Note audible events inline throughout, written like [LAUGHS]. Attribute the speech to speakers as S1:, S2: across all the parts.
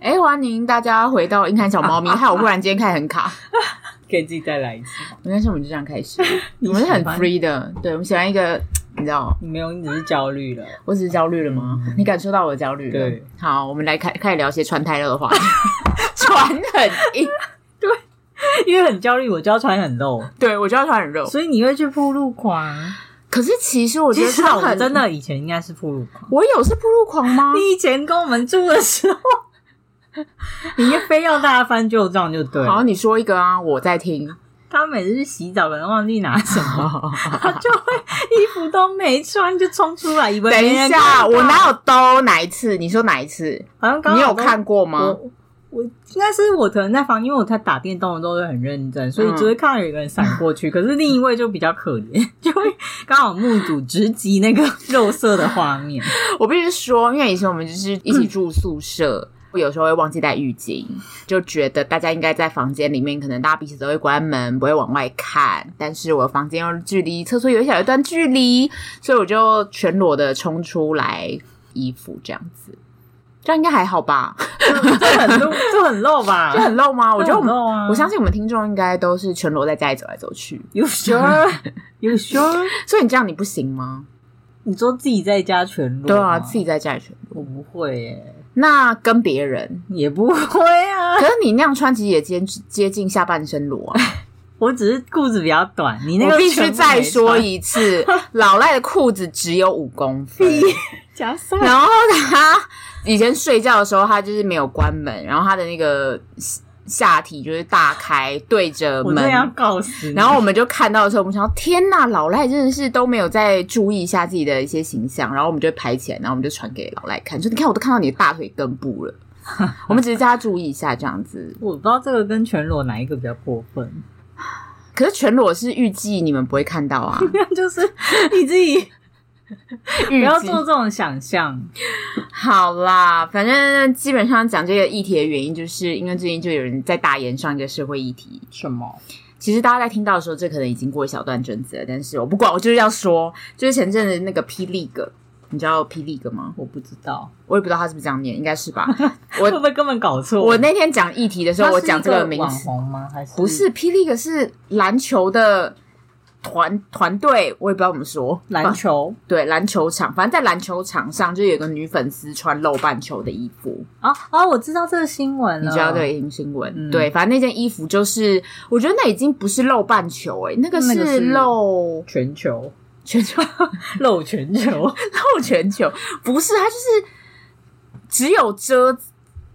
S1: 哎，欢迎大家回到硬汉小 [LAUGHS] 猫咪。害我忽然间开很卡，
S2: 可以自己再来一次吗。
S1: 没关系，我们就这样开 [LAUGHS] 始。我们
S2: 喜
S1: 是很
S2: 欢
S1: free 的，对，我们喜欢一个，你知道，
S2: 没有，你只是焦虑了。
S1: 我只是焦虑了吗？你感受到我的焦虑了？
S2: 对，
S1: 好，我们来开开始聊一些穿太露的话题， [LAUGHS] 穿很硬，
S2: [LAUGHS] 因为很焦虑，我就要穿很露，
S1: [LAUGHS] 对我就要穿很肉。
S2: 所以你会去铺路狂。
S1: 可是其实我觉
S2: 其
S1: 得
S2: 实
S1: 穿
S2: 啊我
S1: 很
S2: 真，的以前应该是铺路狂。
S1: 我有是铺路狂吗？
S2: 你以前跟我们住的时候， [LAUGHS] 你非要大家翻旧账就
S1: [LAUGHS]
S2: 对
S1: 好，
S2: 了。
S1: 你说一个啊，我在 [LAUGHS] 听。
S2: 他每次去洗澡可能忘记拿什么， [LAUGHS] 他就会衣服都没穿就冲出来，以为
S1: 等
S2: 没
S1: 一
S2: 人
S1: 下，
S2: 看到
S1: 我哪有兜哪一次？你说哪一次？
S2: 好像刚
S1: 你
S2: 好
S1: 有
S2: 都
S1: 看过吗？
S2: 我我应该是我可能在房，因为我在打电动的时候会很认真，
S1: 嗯
S2: 所以只会看到有一个人闪过
S1: [LAUGHS]
S2: 去，可是另一位就比较可怜， [LAUGHS] 就会刚好目睹直击那个肉色的
S1: [LAUGHS]
S2: 画面。
S1: 我必须说，因为以前我们就是一起住宿舍。
S2: 嗯
S1: 我有时候会忘记带浴巾，就觉得大家应该在房间里面，可能大家彼此都会关门，不会往外看。但是我的房间又距离厕所有一小一段距离，所以我就全裸的冲出来衣服这样子，这样应该还好吧？
S2: 这很 [LAUGHS] 露，这很露吧？
S1: 就很露
S2: [LAUGHS]
S1: 吗？我觉得我
S2: 啊很
S1: 们，
S2: 露啊！
S1: 我相信我们听众应该都是全裸在家里走来走
S2: [LAUGHS]
S1: 去。
S2: 有 sure 有 sure，
S1: [LAUGHS] 所以你这样你不行吗？
S2: 你说自己在家全裸？
S1: 对啊，自己在家里全裸，
S2: 我不会耶，
S1: 那跟别人，
S2: 也不会啊 [LAUGHS]
S1: 可。是你那样穿其实也接接近下半身裸啊。
S2: 我只是裤子比较短， [LAUGHS] 你那个
S1: 我必须
S2: 全部
S1: 再
S2: 没
S1: 说
S2: 穿
S1: 一次，老赖的裤子只有五公分，
S2: 假赛
S1: 然后他以前睡觉的时候，他就是没有关门，然后他的那个下下体就是大开对着
S2: 我真
S1: 门
S2: 的。要告死你！
S1: 然后我们就看到的时候，我们想到天呐，老赖真的是都没有再注意一下自己的一些形象，然后我们就拍起来，然后我们就传给老赖看，说你看我都看到你的大腿根部
S2: [LAUGHS]
S1: 了，我们只是叫他注意一下这样子。
S2: 我不知道这个跟全裸哪一个比较过分。
S1: 可是全裸是预计你们不会看到啊，
S2: [LAUGHS] 就是你自己
S1: [LAUGHS] 不
S2: 不要做这种想象。
S1: 好啦，反正基本上讲这个议题的原因，就是因为最近就有人在大言上一个社会议题。
S2: 什么？
S1: 其实大家在听到的时候，这可能已经过一小段阵子了，但是我不管，我就是要说，就是前阵子那个 P League，你知道 P League 吗？
S2: 我不知道，
S1: 我也不知道他是不是这样念，应该是
S2: [LAUGHS]
S1: 吧。
S2: 会
S1: 我
S2: 不会根本搞错？
S1: 我那天讲议题的时
S2: 他
S1: 候，
S2: 是
S1: 我讲这
S2: 一个
S1: 名
S2: 网
S1: 词，
S2: 红吗？还是
S1: 不是 P League 是篮球的团团队，我也不知道怎么说，
S2: 篮球
S1: 对篮球场，反正在篮球场上就有个女粉丝穿露半球的衣服，
S2: 啊啊！我知道这个新闻
S1: 你
S2: 了，
S1: 知道这个已经新闻？
S2: 嗯
S1: 对，反正那件衣服就是，我觉得那已经不是露半球、欸，那个
S2: 那个
S1: 是
S2: 是
S1: 露
S2: 全 [LAUGHS] 球
S1: 全球， [LAUGHS]
S2: 露全球
S1: 露全球，不是，它就是只有遮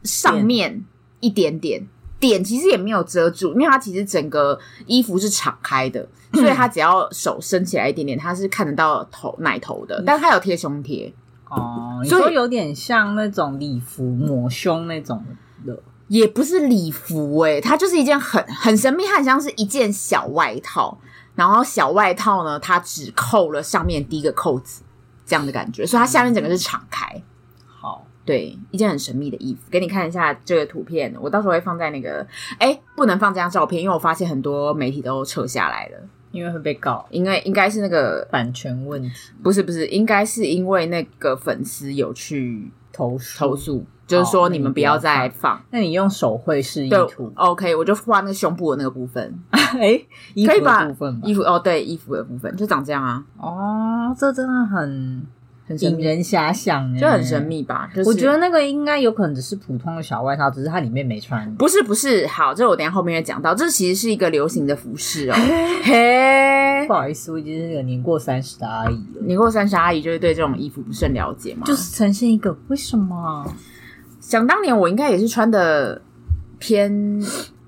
S1: 上面一点点。点其实也没有遮住，因为它其实整个衣服是敞开的，所以它只要手伸起来一点点，它是看得到头奶头的。但它有贴胸贴，
S2: [LAUGHS] 哦，你
S1: 所以
S2: 说有点像那种礼服抹胸那种的，
S1: 也不是礼服诶、它就是一件很很神秘，它很像是一件小外套。然后小外套呢，它只扣了上面第一个扣子，这样的感觉，所以它下面整个是敞开。
S2: 好
S1: 对，一件很神秘的衣服，给你看一下这个图片，我到时候会放在那个，哎，不能放这张照片，因为我发现很多媒体都撤下来了，
S2: 因为会被告
S1: 因为应该是那个
S2: 版权问题
S1: 不是不是，应该是因为那个粉丝有去
S2: 投诉
S1: 投。诉，就是说你们不要再放。
S2: 那你用手绘示意
S1: 对
S2: 图，
S1: ，OK，我就画那个胸部的那个部分，
S2: 哎，衣
S1: 可以
S2: 服
S1: 吧
S2: 的部分吧
S1: 衣。服哦，对，衣服的部分就长这样啊，
S2: 哦，这真的很
S1: 很神
S2: 引
S1: 秘，
S2: 人遐想耶，
S1: 就很神秘吧？就是、
S2: 我觉得那个应该有可能只是普通的小外套，只是它里面没穿。
S1: 不是不是，好，这我等一下后面会讲到，这其实是一个流行的服饰哦。嘿
S2: 不，好意思，我已经是个年过三十的阿姨了，
S1: 你过三十阿姨就是对这种衣服不甚了解嘛？
S2: 就是呈现一个为什么
S1: 想当年我应该也是穿的偏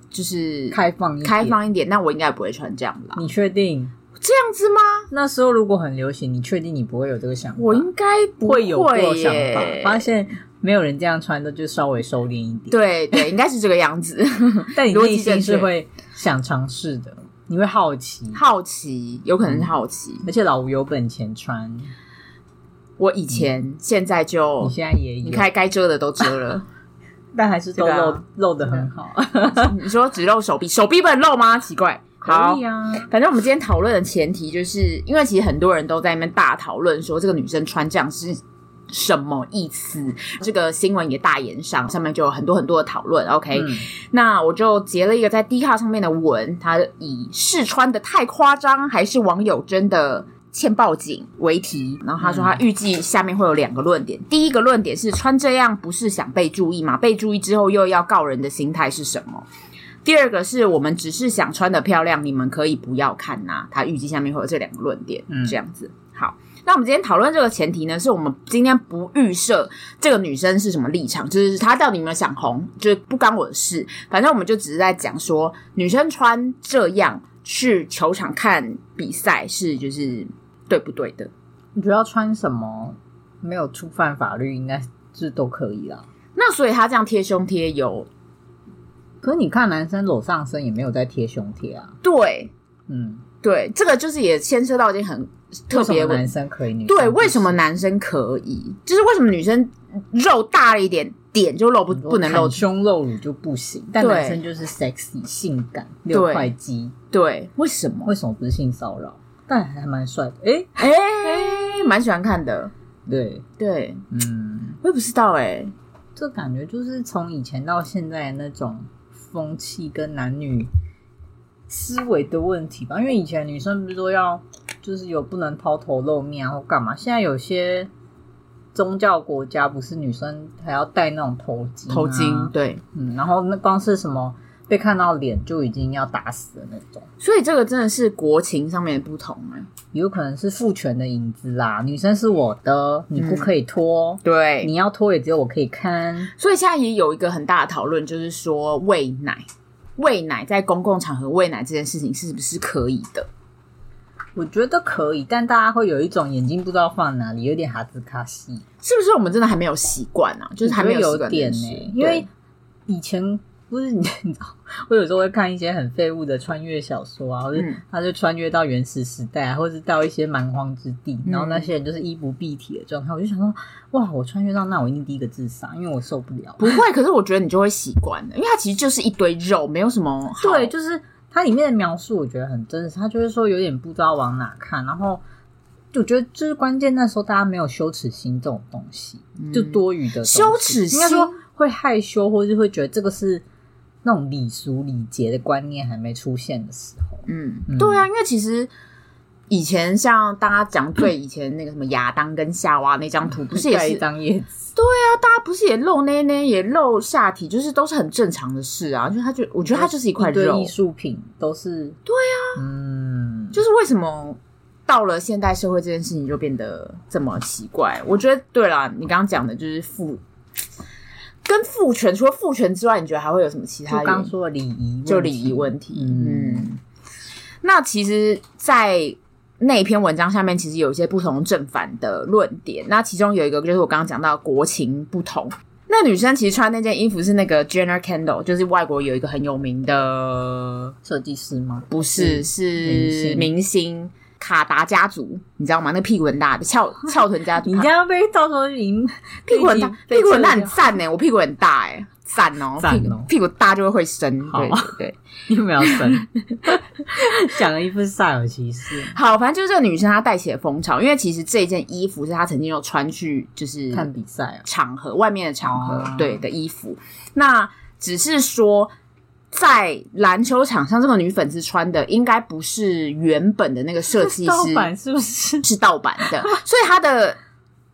S1: 就是
S2: 开放一点
S1: 开？放一点，那我应该不会穿这样啦。
S2: 你确定？
S1: 这样子吗？
S2: 那时候如果很流行，你确定你不会有这个想法？
S1: 我应该不
S2: 会有过想法，
S1: 耶。
S2: 发现没有人这样穿的，就稍微收敛一点。，
S1: 对对，应该是这个样子。 [LAUGHS]
S2: 但你
S1: 逻辑
S2: 内
S1: 正
S2: 心是
S1: 确
S2: 会想尝试的，你会好奇，
S1: 好奇，有可能是好奇。
S2: 而且老吴有本钱穿，你
S1: 我以前、现在就
S2: 现在也
S1: 你
S2: 有，
S1: 看该遮的都遮了，
S2: 但还是都
S1: 对啊
S2: 露露的很好，
S1: [LAUGHS] 你说只露手臂，手臂不能露吗？奇怪。好
S2: 可以，啊。
S1: 反正我们今天讨论的前提就是，因为其实很多人都在那边大讨论说，这个女生穿这样是什么意思？这个新闻也大言上，上面就有很多很多的讨论。OK，、
S2: 嗯
S1: 那我就截了一个在 D 卡上面的文，它以试穿的太夸张，还是网友真的欠报警为题。然后他说他预计下面会有两个论点，第一个论点是穿这样不是想被注意吗？被注意之后又要告人的心态是什么？第二个是我们只是想穿的漂亮，你们可以不要看呐、他预计下面会有这两个论点，
S2: 嗯
S1: 这样子。好，那我们今天讨论这个前提呢，是我们今天不预设这个女生是什么立场，就是她到底有没有想红，就是不干我的事。反正我们就只是在讲说，女生穿这样去球场看比赛是就是对不对的。
S2: 你觉得要穿什么没有触犯法律，应该是都可以啦。
S1: 那所以她这样贴胸贴有
S2: 可是你看男生裸上身也没有在贴胸贴啊，
S1: 对
S2: 嗯，
S1: 对，这个就是也牵涉到一件很特
S2: 为什
S1: 别
S2: 么
S1: 的问题
S2: 男生可以，女生
S1: 对，
S2: 不
S1: 为什么
S2: 行
S1: 男生可以？就是为什么女生肉大了一点，点就露不
S2: 很多
S1: 不能露
S2: 袒
S1: 出？
S2: 胸露乳就不行？但
S1: 对
S2: 男生就是 sexy 性感六块肌，
S1: 对，为什么？
S2: 为什么不是性骚扰？但还蛮帅的，哎、
S1: 哎、蛮喜欢看的。
S2: 对，
S1: 对，
S2: 嗯，
S1: 我也不知道哎、
S2: 这感觉就是从以前到现在的那种风气跟男女思维的问题吧。因为以前女生不是说要就是有不能抛头露面啊或干嘛，现在有些宗教国家不是女生还要戴那种头巾、
S1: 头巾，对，
S2: 嗯，然后那光是什么被看到脸就已经要打死的那种。
S1: 所以这个真的是国情上面的不同哎、
S2: 有可能是父权的影子啦，女生是我的，你
S1: 嗯
S2: 不可以脱，
S1: 对，
S2: 你要脱也只有我可以看。
S1: 所以现在也有一个很大的讨论，就是说喂奶，喂奶在公共场合喂奶这件事情是不是可以的？
S2: 我觉得可以，但大家会有一种眼睛不知道放哪里，有点哈兹卡西，
S1: 是不是我们真的还没有习惯啊？就是还没
S2: 我觉得
S1: 习
S2: 有
S1: 惯
S2: 点
S1: 呢、
S2: 呢、因为以前不是你你知道， [LAUGHS] 我有时候会看一些很废物的穿越小说啊，或者
S1: 嗯
S2: 他就穿越到原始时代啊，或者到一些蛮荒之地，
S1: 嗯
S2: 然后那些人就是衣不蔽体的状态，我就想说，哇，我穿越到那我一定第一个自杀，因为我受不了。
S1: 不会，可是我觉得你就会习惯的，因为它其实就是一堆肉，没有什么好
S2: 对，就是它里面的描述，我觉得很真实。他就是说有点不知道往哪看，然后就我觉得就是关键那时候大家没有羞耻心这种东西，就多余的东
S1: 嗯
S2: 西
S1: 羞耻心
S2: 应该说会害羞，或是会觉得这个是那种礼俗礼节的观念还没出现的时候。
S1: 嗯，
S2: 嗯
S1: 对啊，因为其实以前像大家讲最以前那个什么亚当跟夏娃那张图，不是也
S2: 盖一
S1: 是
S2: 张叶子，
S1: 大家不是也露内内也露下体，就是都是很正常的事啊。就是他就我觉得他就是一块
S2: 堆
S1: 肉
S2: 艺，术品都是对啊，嗯，
S1: 就是为什么到了现代社会这件事情就变得这么奇怪？我觉得对啦，你刚刚讲的就是父跟父权，除了父权之外，你觉得还会有什么其他
S2: 就
S1: 原因
S2: 刚？说的礼仪，
S1: 就礼仪，问题。
S2: 嗯
S1: 嗯，那其实，在那一篇文章下面，其实有一些不同正反的论点。那其中有一个就是我刚刚讲到国情不同。那女生其实穿那件衣服是那个 Jenner Kendall，就是外国有一个很有名的，
S2: 呃设计师吗？
S1: 不是是
S2: 明星
S1: 明星卡达家族，你知道吗？那个屁股很大的
S2: [LAUGHS]
S1: 翘翘臀家族，
S2: 你这样被到时候赢
S1: 屁股很大，
S2: 被
S1: 屁股很大
S2: 撤
S1: 很
S2: 掉
S1: 赞呢、我屁股很大哎、赞哦，
S2: 赞哦
S1: 屁股屁股大就会会生，
S2: 好
S1: 对对对。
S2: 又没有生， [LAUGHS] 讲了一副萨尔骑士，
S1: 好，反正就是这个女生她带起了风潮，因为其实这件衣服是她曾经有穿去就是
S2: 看比赛啊，
S1: 场合外面的场合、
S2: 哦
S1: 对的衣服，那只是说。在篮球场上，这个女粉丝穿的应该不是原本的那个设计师，
S2: 盗版是不是？
S1: 是盗版
S2: [LAUGHS]
S1: 的，所以它的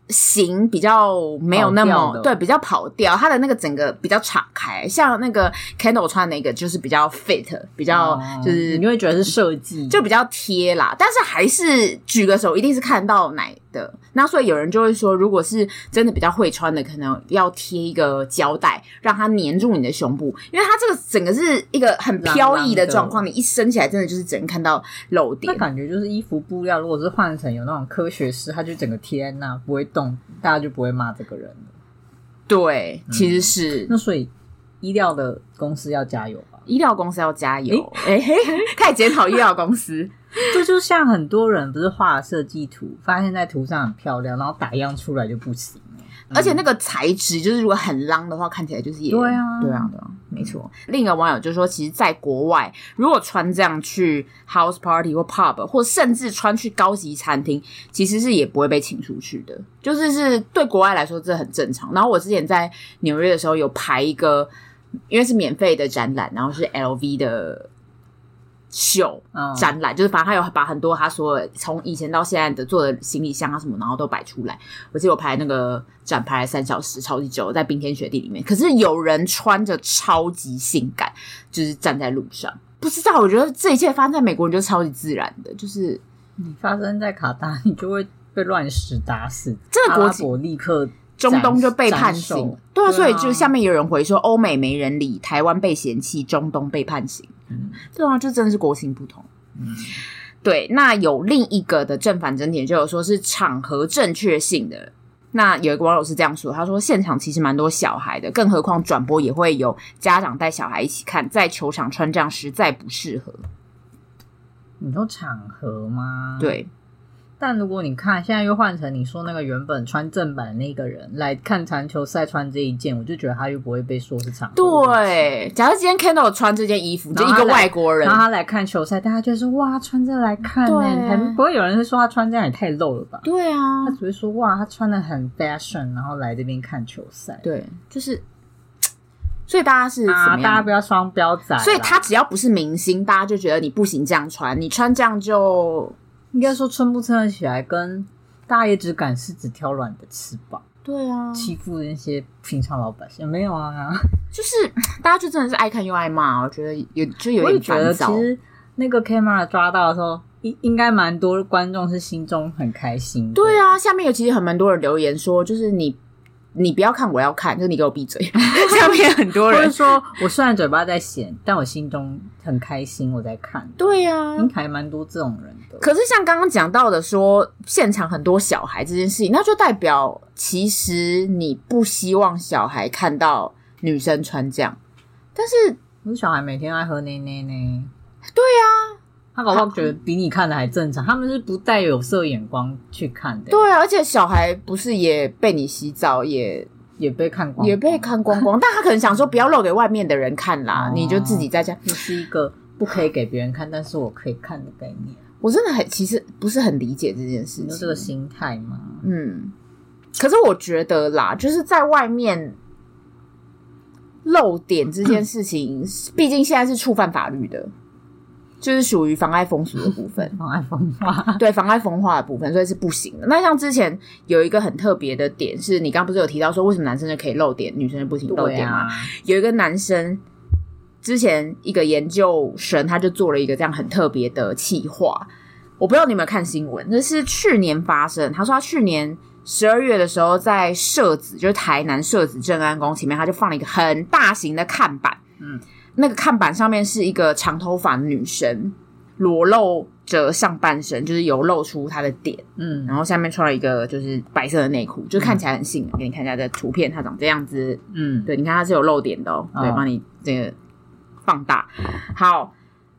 S1: 型比较没有那
S2: 跑
S1: 么
S2: 调的
S1: 对，比较跑调，它的那个整个比较敞开。像那个 Kendall 穿的那个就是比较 fit，比较就是
S2: 哦你会觉得是设计，
S1: 就比较贴啦，但是还是举个手一定是看到奶的。那所以有人就会说，如果是真的比较会穿的，可能要贴一个胶带，让它粘住你的胸部，因为它这个整个是一个很飘逸的状况，你一升起来真的就是只能看到露
S2: 那
S1: 点。
S2: 感觉就是衣服布料，如果是换成有那种科学师，他就整个贴在那不会动，大家就不会骂这个人了。
S1: 对，其实是。
S2: 那所以医疗的公司要加油吧。
S1: 医疗公司要加油，哎、 [LAUGHS] 嘿，开始检讨医疗公司。
S2: 这就像很多人不是画设计图，发现在图上很漂亮，然后打样出来就不行了。
S1: 嗯而且那个材质，就是如果很浪的话，看起来就是也
S2: 对啊
S1: 对啊，对啊，没错。另一个网友就说，其实，在国外，如果穿这样去 house party 或 pub，或甚至穿去高级餐厅，其实是也不会被请出去的，就是是对国外来说这很正常。然后我之前在纽约的时候有排一个，因为是免费的展览，然后是 LV 的秀，
S2: 嗯，
S1: 展览，就是反正他有把很多他所有从以前到现在的做的行李箱啊什么，然后都摆出来。我记得我排那个展排了三小时，超级久，在冰天雪地里面。可是有人穿着超级性感，就是站在路上。不知道，我觉得这一切发生在美国，你就超级自然的，就是
S2: 你发生在卡达， [LAUGHS] 你就会被乱石打死。
S1: 这个
S2: 阿
S1: 国
S2: 拉
S1: 籍
S2: 伯立刻
S1: 中东就被
S2: 斩
S1: 判
S2: 首
S1: 刑。对啊，
S2: 对
S1: 所
S2: 啊
S1: 以就下面有人回说，欧美没人理，台湾被嫌弃，中东被判刑。
S2: 嗯
S1: 对啊，就真的是国情不同。
S2: 嗯
S1: 对，那有另一个的正反争点，就有说是场合正确性的。那有一个网友是这样说，他说现场其实蛮多小孩的，更何况转播也会有家长带小孩一起看，在球场穿这样实在不适合。
S2: 你说场合吗？。
S1: 对，
S2: 但如果你看现在又换成你说那个原本穿正版的那个人来看篮球赛穿这一件，我就觉得他又不会被说是场合。。
S1: 对，假如今天 Kendall 穿这件衣服，就
S2: 然
S1: 一
S2: 后
S1: 个
S2: 他来
S1: 外国人
S2: 然，后他来看球赛，大家就会说哇，穿这来看呢、
S1: 对啊
S2: 还不会有人会说他穿这样也太露了吧？
S1: 对啊
S2: 他，只会说哇，他穿的很 fashion，然后来这边看球赛。
S1: 对，就是，所以大家是怎
S2: 啊，
S1: 么
S2: 大家
S1: 样？
S2: 不要双标仔啦。
S1: 所以他只要不是明星，大家就觉得你不行这样穿，你穿这样就
S2: 应该说撑不撑得起来，跟大家也只敢是只挑软的吃吧，
S1: 对啊，
S2: 欺负那些平常老百姓没有啊。
S1: 就是 [CLEARS THROAT] 大家就真的是爱看又爱骂，我觉得有就 [LAUGHS] 有
S2: 我也
S1: 点
S2: 觉得
S1: 烦
S2: 其
S1: 躁。
S2: 实那个 camera 抓到的时候，应应该蛮多观众是心中很开心的。
S1: 对啊，下面有其实很蛮多人留言说，就是你你不要看，我要看，就是你给我
S2: [LAUGHS]
S1: 闭嘴。下面很多
S2: 或者 [LAUGHS]
S1: 人，
S2: 说我虽然嘴巴在咸，但我心中很开心，我在看。
S1: 对啊。
S2: 应该还蛮多这种人的。
S1: 可是像刚刚讲到的说，现场很多小孩这件事情，那就代表其实你不希望小孩看到女生穿这样。但是
S2: 我是小孩每天爱喝奶奶呢。对啊，他搞不好觉得比你看的还正常，他们是不带有色眼光去看的，
S1: 对啊，而且小孩不是也被你洗澡，也
S2: 也被看光，
S1: 也被看光光，但他可能想说不要露给外面的人看啦，
S2: 哦
S1: 你就自己在家。
S2: 就是一个不可以给别人看，但是我可以看的概念。
S1: 我真的很其实不是很理解这件事
S2: 你
S1: 情。
S2: 说这个心态吗？
S1: 嗯，可是我觉得啦，就是在外面露点这件事
S2: [COUGHS]
S1: 情，毕竟现在是触犯法律的，就是属于妨碍风俗的部
S2: [LAUGHS]
S1: 分。
S2: 妨碍风化，
S1: 对妨碍风化的部分，所以是不行的。那像之前有一个很特别的点是，你刚刚不是有提到说为什么男生就可以露点，女生就不行露
S2: 对
S1: 点吗？
S2: 啊，
S1: 有一个男生之前一个研究生，他就做了一个这样很特别的企划。我不知道你有没有看新闻，那是去年发生。他说他去年十二月的时候，在社子，就是台南社子正安宫前面，他就放了一个很大型的看板。
S2: 嗯，
S1: 那个看板上面是一个长头发女生，裸露着上半身，就是有露出她的点。
S2: 嗯
S1: 然后下面穿了一个就是白色的内裤，就看起来很性感。给你看一下这图片，它长这样子。
S2: 嗯，
S1: 对，你看它是有漏点的哦，对，
S2: 嗯
S1: 帮你这个放大。好，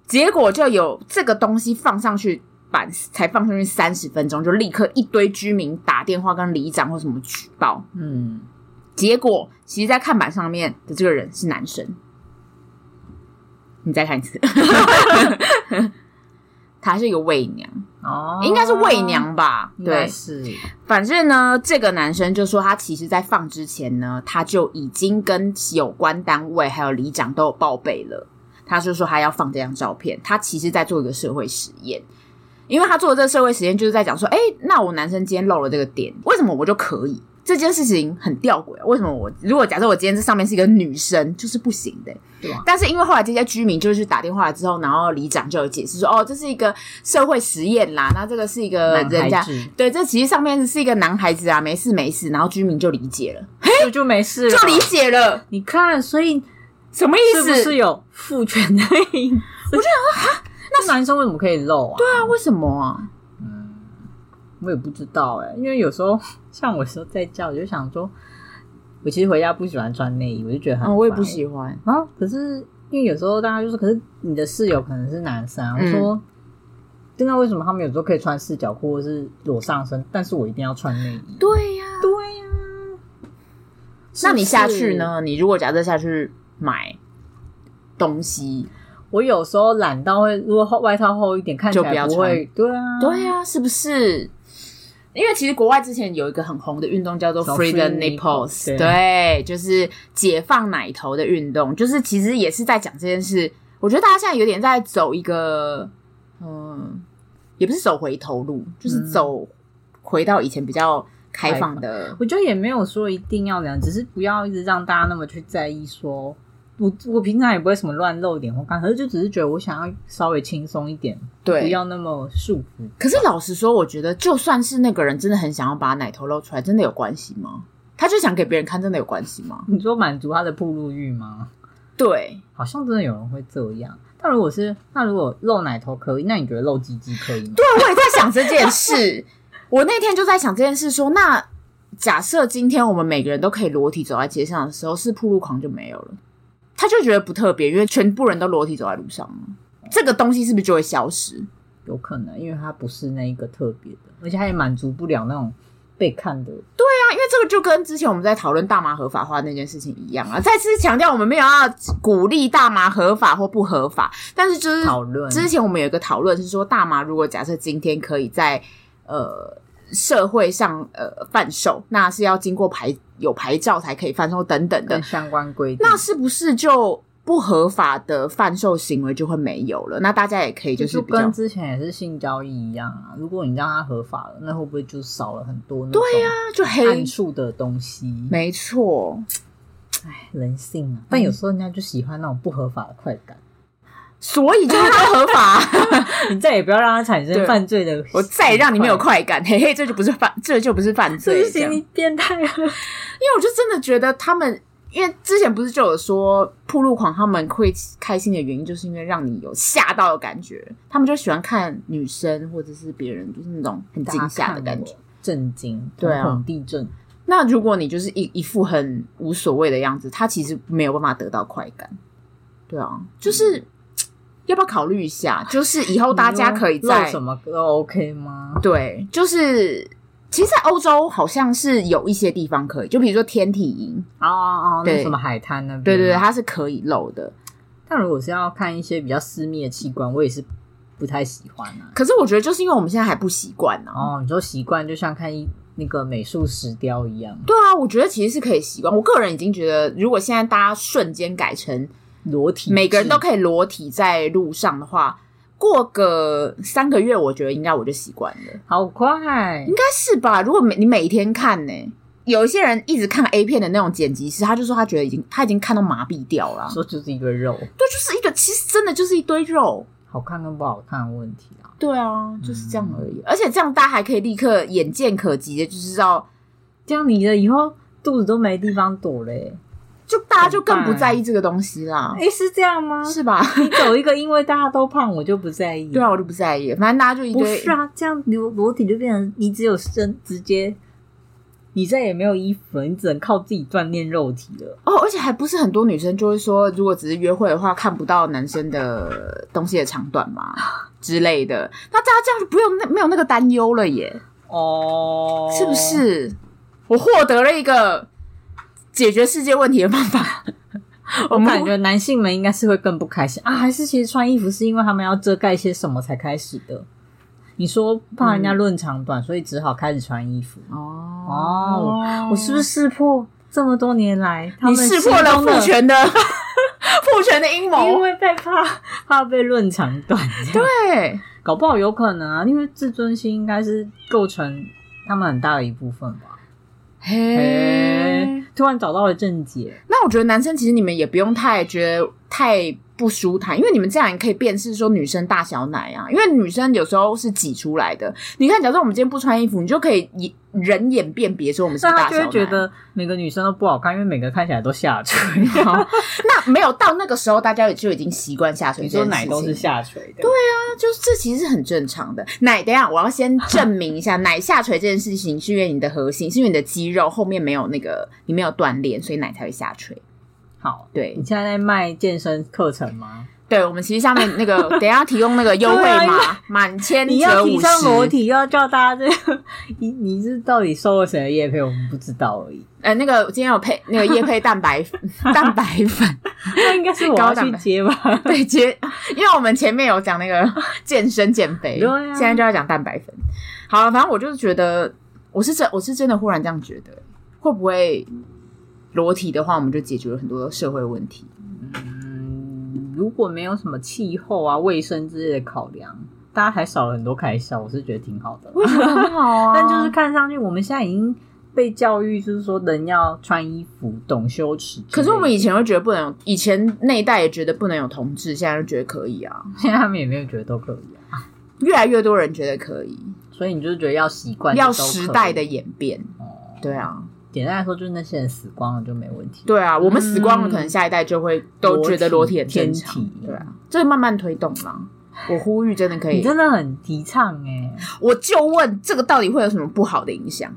S1: 结果就有这个东西放上去。板才放上去三十分钟，就立刻一堆居民打电话跟里长或什么举报。
S2: 嗯，
S1: 结果，其实，在看板上面的这个人是男生。你再看一
S2: [LAUGHS]
S1: 次，他是一个伪娘，
S2: 哦，
S1: 应该是伪，娘吧？
S2: 应
S1: 对
S2: 该，是，
S1: 反正呢，这个男生就说他其实，在放之前呢，他就已经跟有关单位还有里长都有报备了。他就说他要放这张照片，他其实在做一个社会实验，因为他做的这个社会实验就是在讲说，哎、那我男生今天漏了这个点，为什么我就可以？这件事情很吊诡，为什么我如果假设我今天这上面是一个女生，就是不行的、
S2: 对吧？
S1: 但是因为后来这些居民就是打电话之后，然后里长就有解释说，哦，这是一个社会实验啦，那这个是一个
S2: 男
S1: 人家
S2: 孩子
S1: 对，这其实上面是一个男孩子啊，没事没事，然后居民就理解了，
S2: 就就没事了，
S1: 就理解了，
S2: 你看，所以
S1: 什么意
S2: 是
S1: 思？
S2: 不是有父权的影子？我就想说，哈，那男生为什么可以露啊？对
S1: 对啊，为什么啊？
S2: 我也不知道哎、因为有时候像我有时候在家，我就想说，我其实回家不喜欢穿内哦衣，我就觉得很、
S1: 嗯，我也不。喜欢。
S2: 然后啊可是因为有时候大家就说，可是你的室友可能是男生啊，我
S1: 嗯
S2: 说，对那为什么他们有时候可以穿四角裤或是裸上身，但是我一定要穿内衣？
S1: 对呀、
S2: 对呀、
S1: 那你下去？呢？你如果假设下去买，东西。
S2: 我有时候懒到会，如果厚外套厚一点，看起
S1: 就不要
S2: 来不会。对啊，
S1: 对啊，是不是？因为其实国外之前有一个很红的运动叫做
S2: 叫
S1: Free the
S2: free
S1: nipples，
S2: nipples，
S1: 对，就是解放奶头的运动，就是其实也是在讲这件事。我觉得大家现在有点在走一个，嗯，也不是走回头路，就是
S2: 嗯
S1: 走回到以前比较开
S2: 开
S1: 放
S2: 放
S1: 的。
S2: 我觉得也没有说一定要这样，只是不要一直让大家那么去在意说。我我平常也不会什么乱露脸或干，可是就只是觉得我想要稍微轻松一点，不
S1: 对，
S2: 要那么束缚。
S1: 可是老实说，我觉得就算是那个人真的很想要把奶头露出来，真的有关系吗？他就想给别人看，真的有关系吗？
S2: 你说满足他的暴露欲吗？
S1: 对，
S2: 好像真的有人会这样。但如果是那如果露奶头可以，那你觉得露鸡鸡可以吗？
S1: 对，我也在想这件事。 [LAUGHS] 我那天就在想这件事说那假设今天我们每个人都可以裸体走在街上的时候，是铺路狂就没有了，他就觉得不特别，因为全部人都裸体走在路上了这个东西是不是就会消失？
S2: 有可能，因为它不是那一个特别的，而且它也满足不了那种被看的。
S1: 对啊，因为这个就跟之前我们在讨论大麻合法化那件事情一样啊。再次强调，我们没有要鼓励大麻合法或不合法，但是就是
S2: 讨论
S1: 之前我们有一个讨论是说，大麻如果假设今天可以在呃社会上呃贩售，那是要经过牌有牌照才可以贩售等等的
S2: 跟，相关规定，
S1: 那是不是就不合法的贩售行为就会没有了？那大家也可以就是
S2: 就
S1: 比较
S2: 跟之前也是性交易一样啊。如果你让它合法了，那会不会就少了很多那种
S1: 对呀、啊就黑
S2: 暗处的东西？
S1: 没错。
S2: 哎，人性啊！但有时候人家就喜欢那种不合法的快感，
S1: 所以就是它合 [LAUGHS] 法，
S2: 你再也不要让它产生
S1: 对
S2: 犯罪的。
S1: 我再也让你没有，快感，嘿嘿，这就不是犯，这就不是犯罪。
S2: 这
S1: 这样
S2: 行你变态
S1: 啊
S2: 了。
S1: 因为我就真的觉得他们，因为之前不是就有说铺路狂他们会开心的原因，就是因为让你有吓到的感觉，他们就喜欢看女生或者是别人，就是那种很惊吓的感觉。，
S2: 震惊，
S1: 对啊
S2: 瞳孔地震。
S1: 那如果你就是一一副很无所谓的样子，他其实没有办法得到快感。对啊，就是、要不要考虑一下？就是以后大家可以
S2: 嗯你说露
S1: 在
S2: 什么都 OK 吗？
S1: 对，就是其实，在欧洲好像是有一些地方可以，就比如说天体营，
S2: 哦哦哦，
S1: 对
S2: 那什么海滩那边？
S1: 对对对，。它是可以露的。
S2: 但如果是要看一些比较私密的器官，我也是不太喜欢啊。
S1: 可是我觉得就是因为我们现在还不习惯啊呢。
S2: 哦，你说习惯就像看一那个美术石雕一样，
S1: 对啊，我觉得其实是可以习惯。我个人已经觉得，如果现在大家瞬间改成
S2: 裸体，
S1: 每个人都可以裸体在路上的话，过个三个月，我觉得应该我就习惯了，应
S2: 好快，
S1: 该是吧？如果每你每天看呢、有一些人一直看 A 片的那种剪辑师，他就说他觉得已经他已经看到麻痹掉了啊，
S2: 说就是一个肉，
S1: 对，就是一个其实真的就是一堆肉。
S2: 好看跟不好看的问题啊。
S1: 对啊，就是这样而已。而且这样大家还可以立刻眼见可及的，就知道，
S2: 这样你的以后肚子都没地方躲嘞。
S1: 就大家就更不
S2: 怎么办
S1: 在意这个东西啦。
S2: 哎，是这样吗？
S1: 是吧？ [LAUGHS]
S2: 你走一个，因为大家都胖，我就不在意。
S1: 对啊，我就不在意，反正大家就一
S2: 不
S1: 堆
S2: 是啊，这样裸裸体就变成你只有身，直接你再也没有衣服了，你只能靠自己锻炼肉体了。
S1: 哦，而且还不是很多女生就会说，如果只是约会的话，看不到男生的东西的长短嘛之类的，那大家这样就不用那没有那个担忧了耶，
S2: 哦，
S1: 是不？是？我获得了一个解决世界问题的方
S2: [LAUGHS]
S1: 法。我
S2: 我
S1: 们
S2: 感觉男性们应该是会更不开心啊，还是其实穿衣服是因为他们要遮盖些什么才开始的？你说怕人家论长短，所以只好开始穿衣服。
S1: 哦
S2: 哦，我是不是识破这么多年来，他
S1: 你
S2: 们
S1: 识破了
S2: 心中的
S1: 父权的 [LAUGHS] 父权的阴
S2: 因
S1: 谋？
S2: 为被怕怕被论长短， [LAUGHS] 对，
S1: 对，
S2: 搞不好有可能啊，因为自尊心应该是构成他们很大的一部分吧。嗯
S1: 嘿。
S2: 突然找到了症结，
S1: 那我觉得男生其实你们也不用太觉得太不舒坦，因为你们这样也可以辨识说女生大小奶啊，因为女生有时候是挤出来的。你看，假设我们今天不穿衣服，你就可以以人眼辨别说我们是
S2: 那
S1: 不是
S2: 他
S1: 大小
S2: 就
S1: 奶。
S2: 会觉得每个女生都不好看，因为每个看起来都下 [LAUGHS] 垂，
S1: 好，那没有到那个时候，大家也就已经习惯下垂
S2: 你
S1: 这件
S2: 说
S1: 事情。
S2: 奶都是下垂的，
S1: 那就是这其实是很正常的。奶，等一下我要先证明一下，奶下垂这件事情是因为你的核心，是因为你的肌肉后面没有那个你没有锻炼，所以奶才会下垂。
S2: 好，
S1: 对
S2: 你现在在卖健身课程吗？
S1: 对，我们其实下面那
S2: [LAUGHS]
S1: 个等一下提供那个优惠
S2: 对啊因
S1: 码，满千
S2: 你要
S1: 折
S2: 提
S1: 五
S2: 倡裸
S1: 十。
S2: 体，要叫大家这个， [LAUGHS] 你你是到底收了谁的叶配，我们不知道而已。
S1: 呃，那个今天有配那个叶配蛋白
S2: [LAUGHS]
S1: 蛋白粉，
S2: 那应该是我要去接吧？
S1: 对，其实因为我们前面有讲那
S2: [LAUGHS]
S1: 个健身减肥，
S2: 对啊
S1: 现在就要讲蛋白粉。好了，反正我就是觉得，我是真我是真的忽然这样觉得，会不会裸体的话，我们就解决了很多社会问
S2: [LAUGHS]
S1: 题？
S2: 嗯，如果没有什么气候啊、卫生之类的考量，大家还少了很多开销，我是觉得挺好的。
S1: 为什么很好啊？
S2: 但就是看上去，我们现在已经被教育，就是说人要穿衣服，懂羞耻之类的。
S1: 可是我们以前会觉得不能有，以前那一代也觉得不能有同志，现在就觉得可以啊，
S2: 现在他们也没有觉得都可以啊，
S1: 越来越多人觉得可以，
S2: 所以你就是觉得要习惯，
S1: 要
S2: 就都可以
S1: 时代的。演变。
S2: 哦
S1: 对啊，
S2: 简单来说，就是那些人死光了就没问题。
S1: 对啊，我们死光了，
S2: 嗯
S1: 可能下一代就会都觉得裸体很正常
S2: 裸体天。体
S1: 对啊，这慢慢推动啦。我呼吁真的可
S2: 你
S1: 以，
S2: 真的很提倡哎、
S1: 我就问这个到底会有什么不好的影响？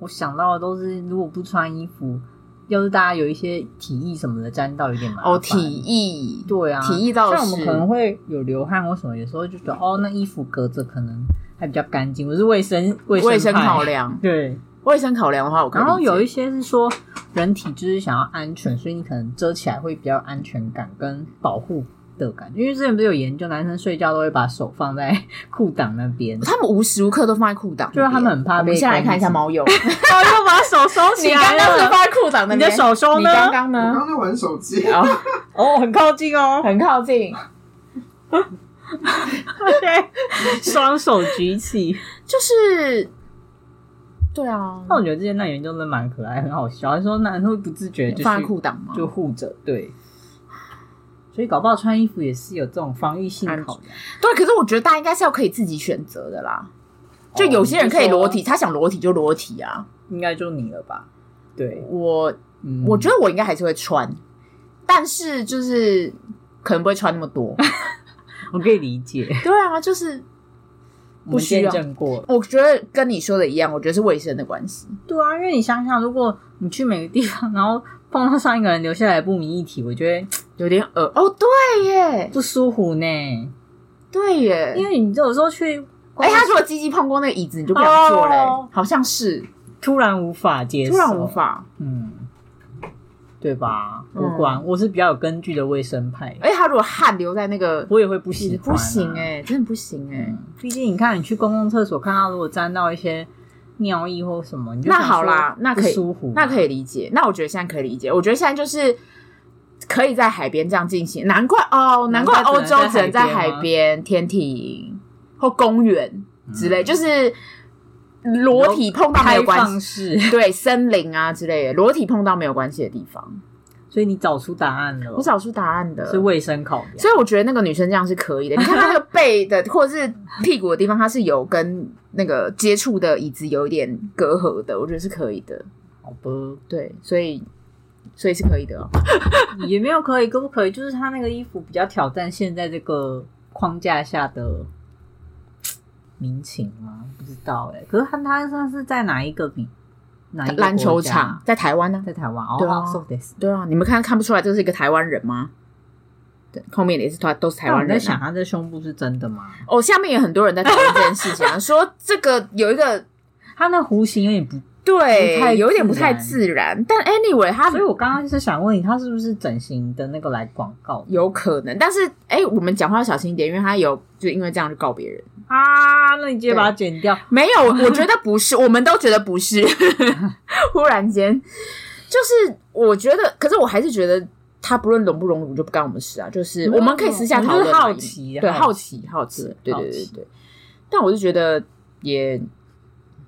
S2: 我想到的都是如果不穿衣服，要是大家有一些体液什么的沾到，有点麻烦。
S1: 哦，体液，
S2: 对啊，
S1: 体液倒
S2: 像我们可能
S1: 是
S2: 会有流汗或什么，有时候就觉得哦，那衣服隔着可能还比较干净，我是卫生卫
S1: 卫
S2: 生
S1: 生
S2: 派
S1: 考。量，
S2: 对，
S1: 卫生考量的话，我可以
S2: 然后
S1: 理解
S2: 有一些是说人体就是想要安全，所以你可能遮起来会比较有安全感跟保护的感觉。因为之前不是有研究，男生睡觉都会把手放在裤裆那
S1: [LAUGHS]
S2: 边，
S1: 他们无时无刻都放在裤裆那边，
S2: 就是他们很怕
S1: 我们
S2: 被
S1: 先来看一下
S2: 攻击
S1: 猫
S2: [LAUGHS]
S1: 友，
S2: 然后又把手收
S1: 你刚刚是放在裤裆那边，
S2: [LAUGHS] 你的手收呢
S1: 你刚刚
S3: 我
S1: 呢？
S3: 刚在玩手机，
S1: 哦，
S2: 哦，很靠近哦，
S1: 很靠近，
S2: 对，双手举起。
S1: 就是，对啊，
S2: [LAUGHS] 那我觉得之前那研究真的蛮可爱，很好笑。他说男生会不自觉就去
S1: 放在裤裆吗？
S2: 就护着，对。所以搞不好穿衣服也是有这种防御性考量。
S1: 对，可是我觉得大家应该是要可以自己选择的啦。就有些人可以裸体，
S2: 哦，
S1: 他想裸体就裸体啊。
S2: 你就说应该就你了吧？对，
S1: 我
S2: 嗯
S1: 我觉得我应该还是会穿，但是就是可能不会穿那么 [LAUGHS] 多。
S2: 我可以理解，
S1: 对啊，就是
S2: 我们
S1: 需要
S2: 见证过。
S1: 我觉得跟你说的一样，我觉得是卫生的关系。
S2: 对啊，因为你想想，如果你去每个地方，然后碰到上一个人留下来的不明液体，我觉得
S1: 有点恶哦，对耶，
S2: 不舒服呢。
S1: 对耶，
S2: 因为你有时候去，
S1: 哎、他如果鸡鸡碰过那个椅子，你就不想坐嘞、
S2: 哦
S1: 好像是
S2: 突然无法接受，
S1: 突然无法。
S2: 嗯，对吧？
S1: 嗯
S2: 我管、我是比较有根据的卫生派，
S1: 而且哎他如果汗留在那个
S2: 我也会哎不
S1: 椅
S2: 喜
S1: 子，
S2: 欢、啊
S1: 不行、哎、真的不行哎、
S2: 嗯，毕竟你看你去公共厕所看到，如果沾到一些尿意或什么，你就
S1: 那
S2: 想说
S1: 好啦那可以
S2: 不舒服，
S1: 那可
S2: 以。
S1: 以理解，那我觉得现在可以理解。我觉得现在就是可以在海边这样进行，难怪哦，难
S2: 难
S1: 怪
S2: 怪
S1: 欧洲只
S2: 只
S1: 能在
S2: 能在
S1: 海
S2: 海
S1: 边、天体营或公园之类，
S2: 嗯
S1: 就是裸体碰到没
S2: 开
S1: 有关
S2: 放
S1: 系，
S2: 式，
S1: 对，森林啊之类的，裸体碰到没有关系的地方，
S2: 所以你找出答案了，
S1: 我找出答案的。
S2: 是卫生考量。
S1: 所以我觉得那个女生这样是可以的。你看她那个背的或者是屁股的地方，它是有跟那个接触的椅子有一点隔阂的，我觉得是可以的。
S2: 好吧，
S1: 对，所以所以是可以的、哦。
S2: 也没有可以，可不可以？就是他那个衣服比较挑战现在这个框架下的嘖民情吗？不知道哎、可是他他算是在哪一个比哪一个国家
S1: 篮球场？在台湾呢、
S2: 在台湾哦，
S1: 对啊
S2: so this。
S1: 对啊，你们看看不出来这是一个台湾人吗？对，后面也是台都是台
S2: 那我
S1: 湾人、
S2: 在
S1: 啊。
S2: 想，他这胸部是真的吗？
S1: 哦，下面有很多人在讨论这件事情啊，说这个有一 [LAUGHS] 个
S2: 他那弧形有点不，不
S1: 对，
S2: 太自
S1: 有一点不太
S2: 然
S1: 自然，但 anyway 他
S2: 所以我刚刚是想问你，他是不是整形的那个来广告
S1: 有可能，但是哎、我们讲话要小心一点，因为他有就因为这样就告别人。
S2: 啊？那你直接把它剪掉。
S1: 没有，我觉得不是，我们都觉得不是。 [LAUGHS] 忽然间，就是我觉得，可是我还是觉得，他不论融不融入就不干我们事啊。就是
S2: 没
S1: 我
S2: 有
S1: 们可以私下讨论嘛，
S2: 我们就是好奇
S1: 对，好
S2: 好
S1: 奇，好奇，对对对
S2: 对好
S1: 对
S2: 奇
S1: 对。但我就觉得也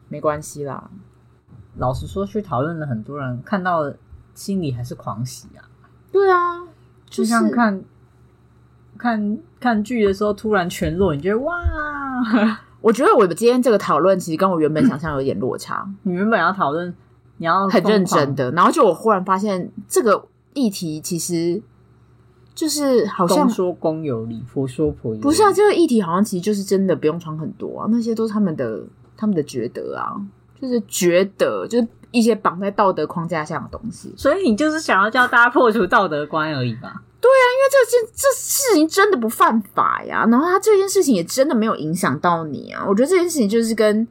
S1: 没关系啦，
S2: 老实说，去讨论了很多人看到了心里还是狂喜啊。
S1: 对啊，就
S2: 就是像看看看剧的时候突然全裸，你觉得哇！ [LAUGHS]
S1: 我觉得我们今天这个讨论其实跟我原本想象有点落差，
S2: 你原本要讨论，你要
S1: 很认真
S2: 的，
S1: 的，然后就我忽然发现这个议题其实就是好像
S2: 公说公有理，婆说婆有理。
S1: 不是啊，这个议题好像其实就是真的不用穿很多啊，那些都是他们的他们的觉得啊，就是觉得就是一些绑在道德框架下的东西。
S2: 所以你就是想要叫大家破除道德观而已吧？
S1: 因为这件这事情真的不犯法呀，然后他这件事情也真的没有影响到你啊。我觉得这件事情就是跟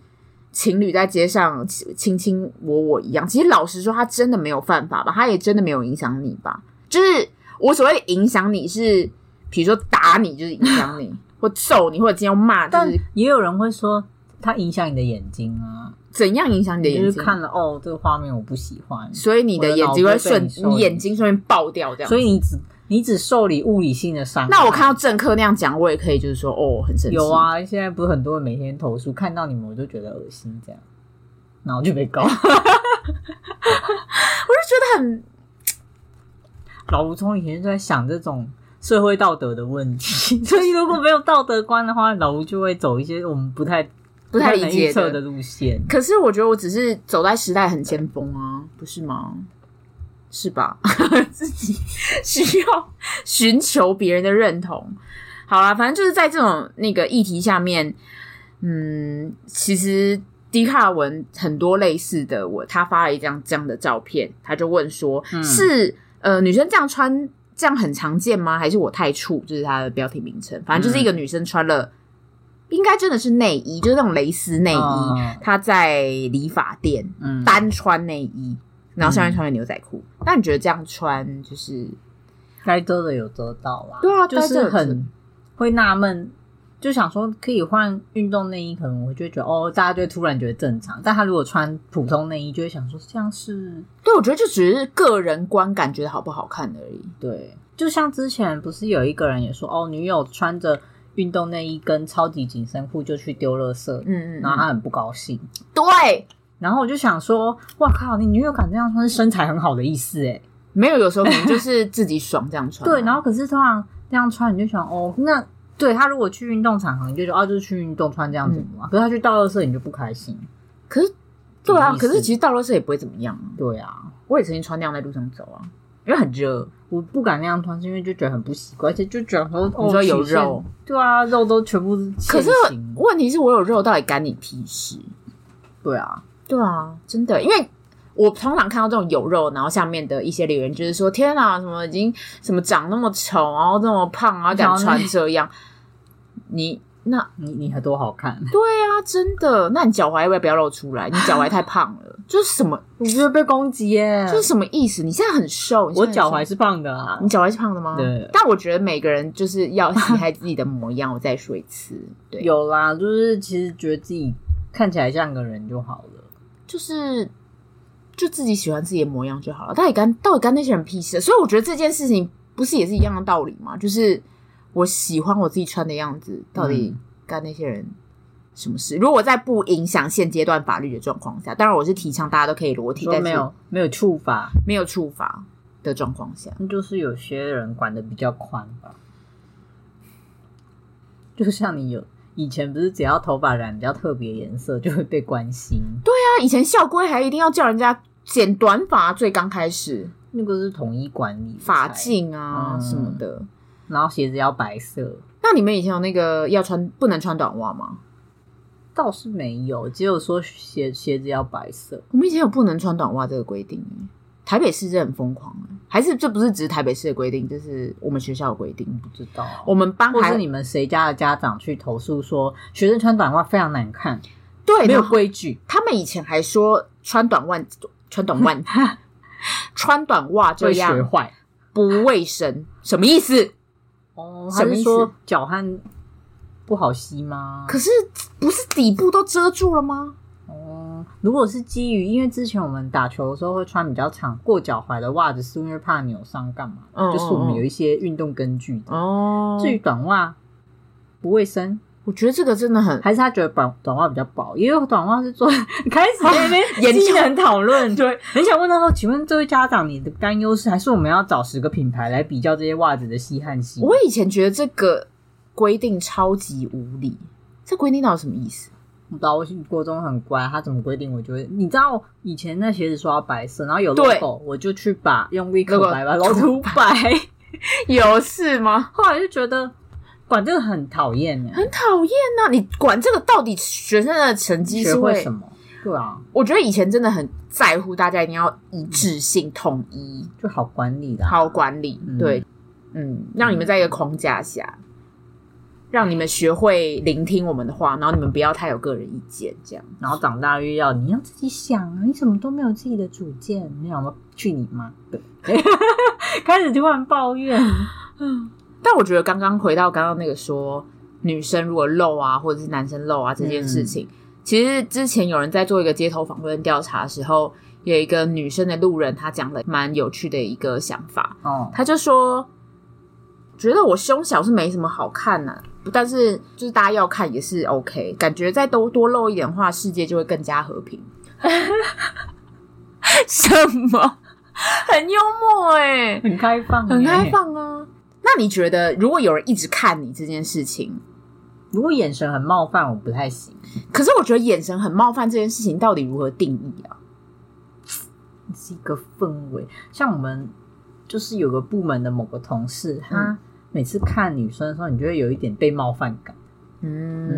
S1: 情侣在街上卿卿我我一样，其实老实说，他真的没有犯法吧，他也真的没有影响你吧。就是我所谓影响你是，比如说打你就是影响你， [LAUGHS] 或揍你，或者今天骂，就
S2: 但
S1: 是
S2: 也有人会说它影响你的眼睛啊，
S1: 怎样影响你的
S2: 你就
S1: 眼
S2: 是
S1: 睛。
S2: 看了哦，这个画面我不喜欢，
S1: 所以你的眼睛
S2: 我
S1: 会
S2: 的脑波被
S1: 瞬
S2: 你，收
S1: 你眼睛瞬间爆掉这样。
S2: 所以你只你只受理物理性的伤害。
S1: 那我看到政客那样讲，我也可以就是说，哦，很生气。
S2: 有，啊，现在不是很多人每天投诉，看到你们我就觉得恶心，这样，然后就
S1: [LAUGHS]
S2: 被告。
S1: 我就觉得很
S2: [LAUGHS] 老吴从以前就在想这种社会道德的问题， [LAUGHS] 所以如果没有道德观的话，老吴就会走一些我们不太
S1: 不太理
S2: 能
S1: 解
S2: 预测
S1: 的
S2: 的路线。
S1: 可是我觉得我只是走在时代很前锋啊，不是吗？是吧？自己需要寻求别人的认同。好啦，反正就是在这种那个议题下面，嗯，其实迪卡文很多类似的我，他发了一张这样的照片，他就问说，
S2: 嗯
S1: 是呃女生这样穿这样很常见吗？还是我太怵？就是他的标题名称，反正就是一个女生穿了，应该真的是内衣，就是那种蕾丝内衣，
S2: 嗯
S1: 她在理发店
S2: 嗯，
S1: 单穿内衣，然后下面穿了牛仔裤。那你觉得这样穿就是
S2: 该遮的有遮到啦。
S1: 对啊
S2: 就
S1: 该遮
S2: 是
S1: 有遮
S2: 很会纳闷，就想说可以换运动内衣，可能我就会觉得哦，大家就会突然觉得正常。但他如果穿普通内衣，就会想说这样是
S1: 对我觉得就只是个人观感觉得好不好看而已。
S2: 对。就像之前不是有一个人也说哦，女友穿着运动内衣跟超级紧身裤就去丢垃圾，
S1: 嗯嗯
S2: 然后
S1: 嗯，
S2: 他很不高兴。
S1: 对，
S2: 然后我就想说，哇靠，你女友敢这样穿，是身材很好的意思哎。
S1: 没有有时候可能就是自己爽这样穿。啊
S2: 对，然后可是通常这样穿，你就想哦，那对他如果去运动场合，你就觉得哦，就是去运动穿这样子
S1: 嗯
S2: 嘛。可是他去倒垃圾，你就不开心。
S1: 可是对
S2: 什
S1: 啊，
S2: 么意
S1: 可
S2: 思
S1: 是其实到了这也不会怎么样啊。
S2: 对啊，
S1: 我也曾经穿那样在路上走啊，因为很热。
S2: 我不敢那样穿，是因为就觉得很不习惯，而且就觉得说哦，
S1: 你说有
S2: 曲线
S1: 肉，
S2: 对啊，肉都全部是
S1: 可
S2: 线
S1: 是
S2: 形
S1: 问题是我有肉，到底干你屁事？
S2: 对啊，
S1: 对啊，真的，因为我通常看到这种有肉，然后下面的一些留言就是说：“天啊，什么已经什么长那么丑，然后那么胖，然后敢穿这样。”你那
S2: 你你还多好看，
S1: 对啊，真的，那你脚踝要不要不要露出来？你脚踝太胖了， [LAUGHS] 就是什么，
S2: 我觉得被攻击耶
S1: 就是什么意思？你现在很瘦，你
S2: 嗯我
S1: 现在很
S2: 脚
S1: 瘦
S2: 踝，是胖的啊
S1: 你，脚踝是胖的吗？
S2: 对
S1: 但我觉得每个人就是要喜爱自己的模样。我再说一次，对，
S2: 有啦，就是其实觉得自己看起来像个人就好了。
S1: 就是就自己喜欢自己的模样就好了。到底干到底干那些人屁事？所以我觉得这件事情不是也是一样的道理吗？就是我喜欢我自己穿的样子，到
S2: 嗯
S1: 底干那些人什么事？如果在不影响现阶段法律的状况下，当然我是提倡大家都可以裸体，但
S2: 说
S1: 是
S2: 没有没有处罚，
S1: 没有处罚的状况下，
S2: 那就是有些人管的比较宽吧。就像你有以前不是只要头发染比较特别颜色就会被关心，对，
S1: 那以前校规还一定要叫人家剪短发，最刚开始
S2: 那个是统一管理
S1: 发
S2: 髻，
S1: 镜啊
S2: 嗯
S1: 什么的。
S2: 然后鞋子要白色，
S1: 那你们以前有那个要穿不能穿短袜吗？
S2: 倒是没有，只有说鞋鞋子要白色，
S1: 我们以前有不能穿短袜这个规定欸，台北市真的很疯狂欸还是这不是只是台北市的规定，就是我们学校的规定。
S2: 不知道。
S1: 我们班
S2: 或
S1: 还
S2: 是你们谁家的家长去投诉说学生穿短袜非常难看，
S1: 对
S2: 没有
S1: 然后
S2: 规矩，
S1: 他们以前还说穿短袜、穿短袜、 [LAUGHS] 穿短袜这
S2: 会学
S1: 样
S2: 坏。
S1: 不卫生，什么意思？
S2: 哦，
S1: 什
S2: 还
S1: 么意思
S2: 是说脚汗不好吸吗？
S1: 可是不是底部都遮住了吗？
S2: 哦，如果是基于，因为之前我们打球的时候会穿比较长过脚踝的袜子，是因为怕扭伤干嘛？
S1: 嗯
S2: 就是我
S1: 嗯嗯
S2: 们有一些运动根据的。
S1: 哦
S2: 至于短袜不卫生，
S1: 我觉得这个真的很
S2: 还是他觉得短短袜比较薄？也有短袜是做 [LAUGHS] 开始在那边
S1: 哦 [LAUGHS] 研究
S2: 技能讨论，对，很想问他说，请问这位家长，你的担忧是还是我们要找十个品牌来比较这些袜子的吸汗性？
S1: 我以前觉得这个规定超级无理，这规定到底什么意思？
S2: 不知道，我国中很乖，他怎么规定我就会。你知道以前那鞋子说要白色，然后有
S1: 对
S2: logo，我就去把用 w i c
S1: logo
S2: o 白把 logo 白。
S1: 有事吗？
S2: 后来就觉得管这个很讨厌哎，
S1: 很讨厌呐！你管这个到底学生的成绩
S2: 学
S1: 是
S2: 会
S1: 会
S2: 什？么？对啊，
S1: 我觉得以前真的很在乎大家一定要一致性、统一、
S2: 就好管理啦。啊
S1: 好管理。
S2: 嗯
S1: 对，嗯，让你们在一个框架下，让你们学会聆听我们的话，然后你们不要太有个人意见，这样。
S2: 然后长大越要你要自己想啊，你怎么都没有自己的主见？你想说去你妈！对， [LAUGHS] 开始突然抱怨，
S1: 但我觉得刚刚回到刚刚那个说女生如果露啊，或者是男生露啊这件
S2: 嗯
S1: 事情，其实之前有人在做一个街头访问调查的时候，有一个女生的路人，她讲了蛮有趣的一个想法，
S2: 哦，
S1: 她就说，觉得我胸小是没什么好看呐、但是就是大家要看也是 OK，感觉再多多露一点的话，世界就会更加和平。 [LAUGHS] 什么？很幽默哎、
S2: 很开放，欸
S1: 很开。放啊。那你觉得，如果有人一直看你这件事情，
S2: 如果眼神很冒犯，我不太行。
S1: 可是我觉得眼神很冒犯这件事情到底如何定义啊？
S2: 是一个氛围。像我们就是有个部门的某个同事，他每次看女生的时候，你就会有一点被冒犯感。
S1: 嗯，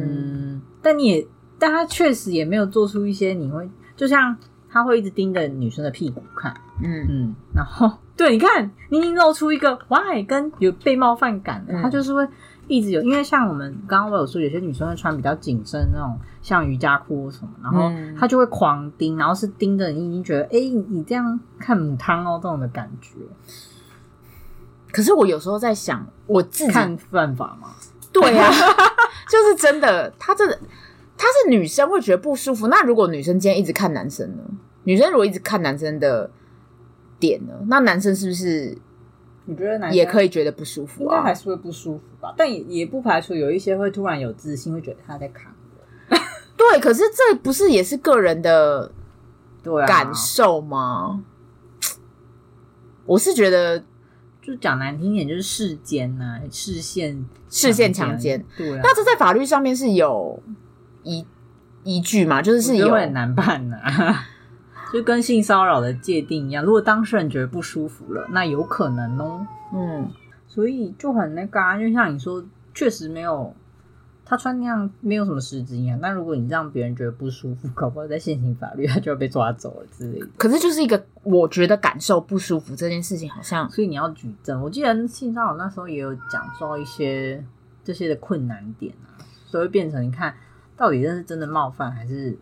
S2: 嗯，但你也，但他确实也没有做出一些你会，就像他会一直盯着女生的屁股看，
S1: 嗯，
S2: 嗯，然后对，你看，你已经露出一个 why 跟有被冒犯感了，
S1: 嗯
S2: 他就是会。一直有，因为像我们刚刚我有说，有些女生会穿比较紧身那种，像瑜伽裤什么，然后
S1: 嗯
S2: 她就会狂盯，然后是盯着你，已经觉得，哎、你你这样看母汤哦，这种的感觉，
S1: 可是我有时候在想，我自己
S2: 看犯法吗？
S1: 对啊， [LAUGHS] 就是真的，他真的，他是女生会觉得不舒服。那如果女生今天一直看男生呢？女生如果一直看男生的点呢？那男生是不是
S2: 你觉得男
S1: 也可
S2: 以，
S1: 以觉得不舒服
S2: 应该
S1: 啊
S2: 还？是会不舒服吧？但也也不排除有一些会突然有自信，会觉得他在扛我。
S1: 对，可是这不是也是个人的
S2: 对啊，
S1: 感受吗？我是觉得
S2: 就讲难听点，就是世间呐、视线
S1: 视线强奸，，
S2: 对啊，
S1: 那这在法律上面是有依依据吗？就是是
S2: 我觉得
S1: 有
S2: 会很难办呐、 [LAUGHS] 就跟性骚扰的界定一样，如果当事人觉得不舒服了，那有可能哦。
S1: 嗯
S2: 所以就很那个啊，就像你说，确实没有他穿那样没有什么实质影响，但如果你让别人觉得不舒服，搞不好在现行法律他就要被抓走了之类的。
S1: 可是就是一个我觉得感受不舒服这件事情，好像
S2: 所以你要举证。我记得性骚扰那时候也有讲到一些这些的困难点啊，所以会变成你看到底这是真的冒犯还是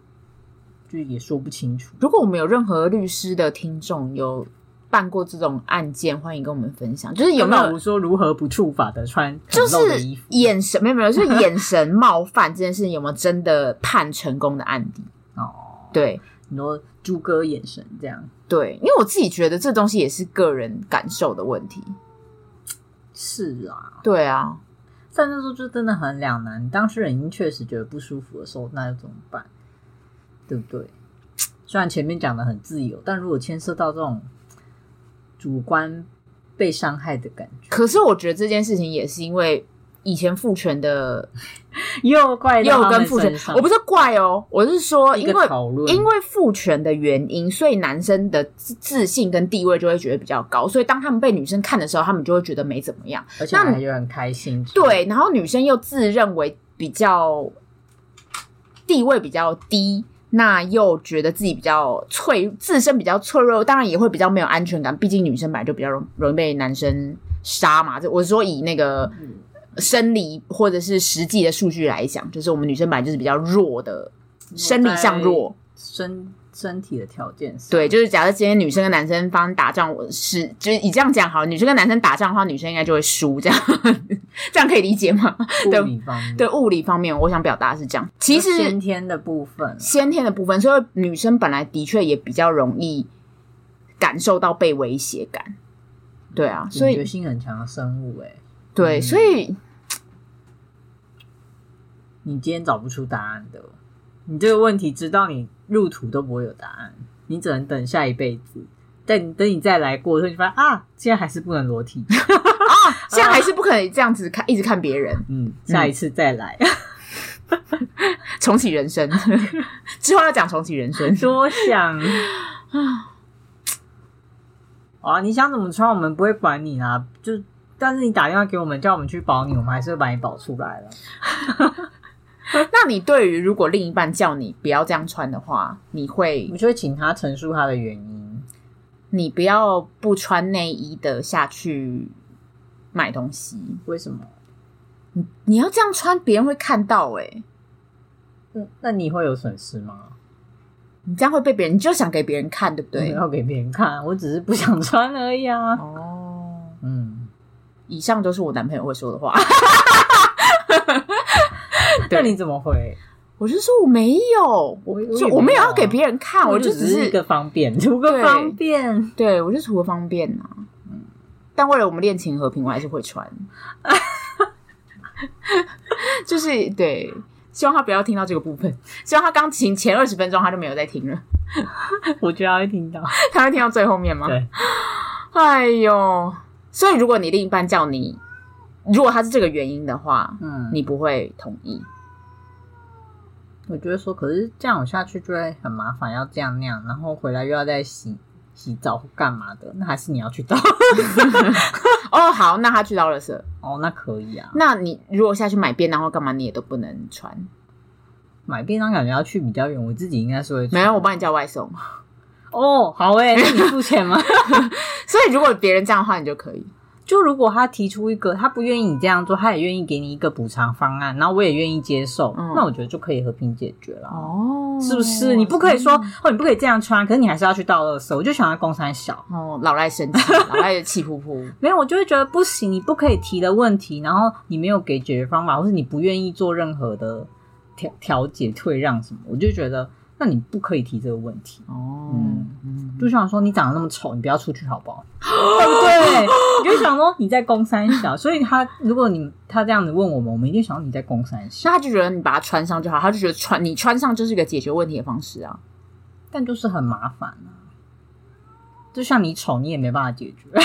S2: 就也说不清楚。
S1: 如果我们有任何律师的听众有办过这种案件，欢迎跟我们分享，就是有没
S2: 跟老
S1: 有
S2: 吴说如何不触法的穿
S1: 就
S2: 很露的
S1: 是
S2: 衣服？
S1: 眼神 [LAUGHS] 没有没有，就是眼神冒犯这件事情有没有真的判成功的案
S2: [LAUGHS]
S1: 例？
S2: 哦，
S1: 对。
S2: 你说猪哥眼神这样
S1: 对，因为我自己觉得这东西也是个人感受的问题。
S2: 是啊，
S1: 对啊，
S2: 但那时候就真的很两难。当事人已经确实觉得不舒服的时候，那又怎么办？对不对？虽然前面讲的很自由，但如果牵涉到这种主观被伤害的感
S1: [LAUGHS]
S2: 觉，
S1: 可是我觉得这件事情也是因为以前父权的
S2: 又怪
S1: 又
S2: 到他
S1: 跟
S2: 们
S1: 父
S2: 身
S1: 权，
S2: 上，
S1: 我不是怪哦，我是说
S2: 一
S1: 因
S2: 个
S1: 为
S2: 讨论，
S1: 因为父权的原因，所以男生的自自信跟地位就会觉得比较高，所以当他们被女生看的时候，他们就会觉得没怎么样。
S2: 而且
S1: 那
S2: 还觉得很开心，
S1: 对，然后女生又自认为比较地位比较低，那又觉得自己比较脆，自身比较脆弱，当然也会比较没有安全感。毕竟女生本来就比较容容易被男生杀嘛。这我是说以那个
S2: 嗯
S1: 生理或者是实际的数据来讲，就是我们女生本来就是比较弱的，生理上弱。
S2: 身身体的条件上，
S1: 对，就是假设今天女生跟男生方打仗，我是就是以这样讲好了，女生跟男生打仗的话，女生应该就会输，这样这样可以理解吗？ [LAUGHS]
S2: 物理方面，
S1: 对物理方面，我想表达的是这样。其实
S2: 先天的部分，啊
S1: 先天的部分，所以女生本来的确也比较容易感受到被威胁感。对啊，所
S2: 警觉
S1: 以
S2: 性很强的生物、欸，哎，
S1: 对，
S2: 嗯
S1: 所以
S2: 你今天找不出答案的，你这个问题直到你入土都不会有答案，你只能等下一辈子。但你等你再来过的时候，你发现啊，现在还是不能
S1: [LAUGHS]
S2: 裸体，
S1: 现在
S2: 啊
S1: 还是不可以这样子看，一直看别人，
S2: 嗯，下一次再来，
S1: 嗯重启人生。 [LAUGHS] 之后要讲重启人生，
S2: [LAUGHS] 多想啊！你想怎么穿，我们不会管你啦。就但是你打电话给我们，叫我们去保你，我们还是会把你保出来了。
S1: 那你对于如果另一半叫你不要这样穿的话，你会
S2: 我们就会请他陈述他的原因。
S1: 你不要不穿内衣的下去买东西。
S2: 为什么？
S1: 你要这样穿，别人会看到哎、
S2: 嗯，那你会有损失吗？
S1: 你这样会被别人，你就想给别人看，对不
S2: 我没
S1: 对？
S2: 有给别人看，我只是不想穿而已啊。
S1: 哦，
S2: 嗯，
S1: 以上都是我男朋友会说的话。 [LAUGHS] 对
S2: [LAUGHS] 那你怎么回？
S1: 我就说我没有，
S2: 我也
S1: 就我没有啊要给
S2: 人
S1: 别人看，我就只
S2: 只
S1: 是
S2: 一个方便，图个
S1: 对
S2: 方便。 [LAUGHS]
S1: 对我就图个方便呐、嗯，但为了我们恋情和平，我还是会穿。 [LAUGHS] 就是对，希望他不要听到这个部分。希望他刚前前二十分钟他就没有在听了，
S2: 我觉得他会听到。
S1: 他会听到最后面吗？
S2: 对，
S1: 哎呦，所以如果你另一半叫你，如果他是这个原因的话，
S2: 嗯，
S1: 你不会同意。
S2: 我觉得说，可是这样我下去就会很麻烦，要这样那样，然后回来又要再洗洗澡或干嘛的，那还是你要去倒。
S1: 哦，好，那他去到了色，
S2: [LAUGHS] 哦，那可以啊。
S1: 那你如果下去买便当或干嘛，你也都不能穿。
S2: 买便当感觉要去比较远，我自己应该是会
S1: 没有，我
S2: 吧？
S1: 帮你叫外送。 [LAUGHS]
S2: 哦，好诶、那你付钱吗？
S1: 所以如果别人这样的话，你就可以。
S2: 就如果他提出一个他不愿意你这样做，他也愿意给你一个补偿方案，然后我也愿意接受，
S1: 嗯
S2: 那我觉得就可以和平解决了。啊
S1: 哦嗯
S2: 是不是？你不可以说、哦，你不可以这样穿，可是你还是要去倒垃圾。我就想要公三小，
S1: 哦，老赖生 [LAUGHS] 气，老赖气噗噗。
S2: 没有，我就会觉得不行，你不可以提的问题，然后你没有给解决方法，或是你不愿意做任何的调调解、退让什么，我就觉得那你不可以提这个问题。
S1: 哦，
S2: 嗯
S1: 嗯，
S2: 就想说你长得那么丑，你不要出去好不好？ [GASPS] 对不对？你就想说你在公三小，所以他如果你他这样子问我们，我们一定想说你在公三小，
S1: 那他就觉得你把它穿上就好，他就觉得穿你穿上就是一个解决问题的方式啊。
S2: 但就是很麻烦啊。就像你丑，你也没办法解决。 [LAUGHS]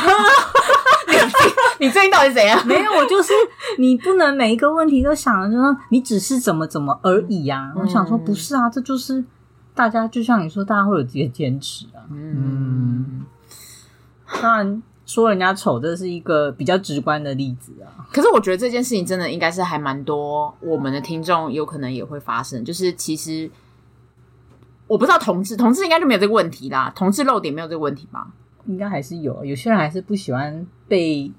S1: 你最近到底怎样？
S2: 没有，我就是你不能每一个问题都想着说你只是怎么怎么而已啊。
S1: 嗯
S2: 我想说不是啊，这就是大家就像你说，大家会有自己的坚持啊。
S1: 嗯，
S2: 当然说人家丑，这是一个比较直观的例子啊。
S1: 可是我觉得这件事情真的应该是还蛮多我们的听众有可能也会发生，就是其实我不知道同志同志应该就没有这个问题啦，同志露点没有这个问题吧？
S2: 应该还是有，有些人还是不喜欢被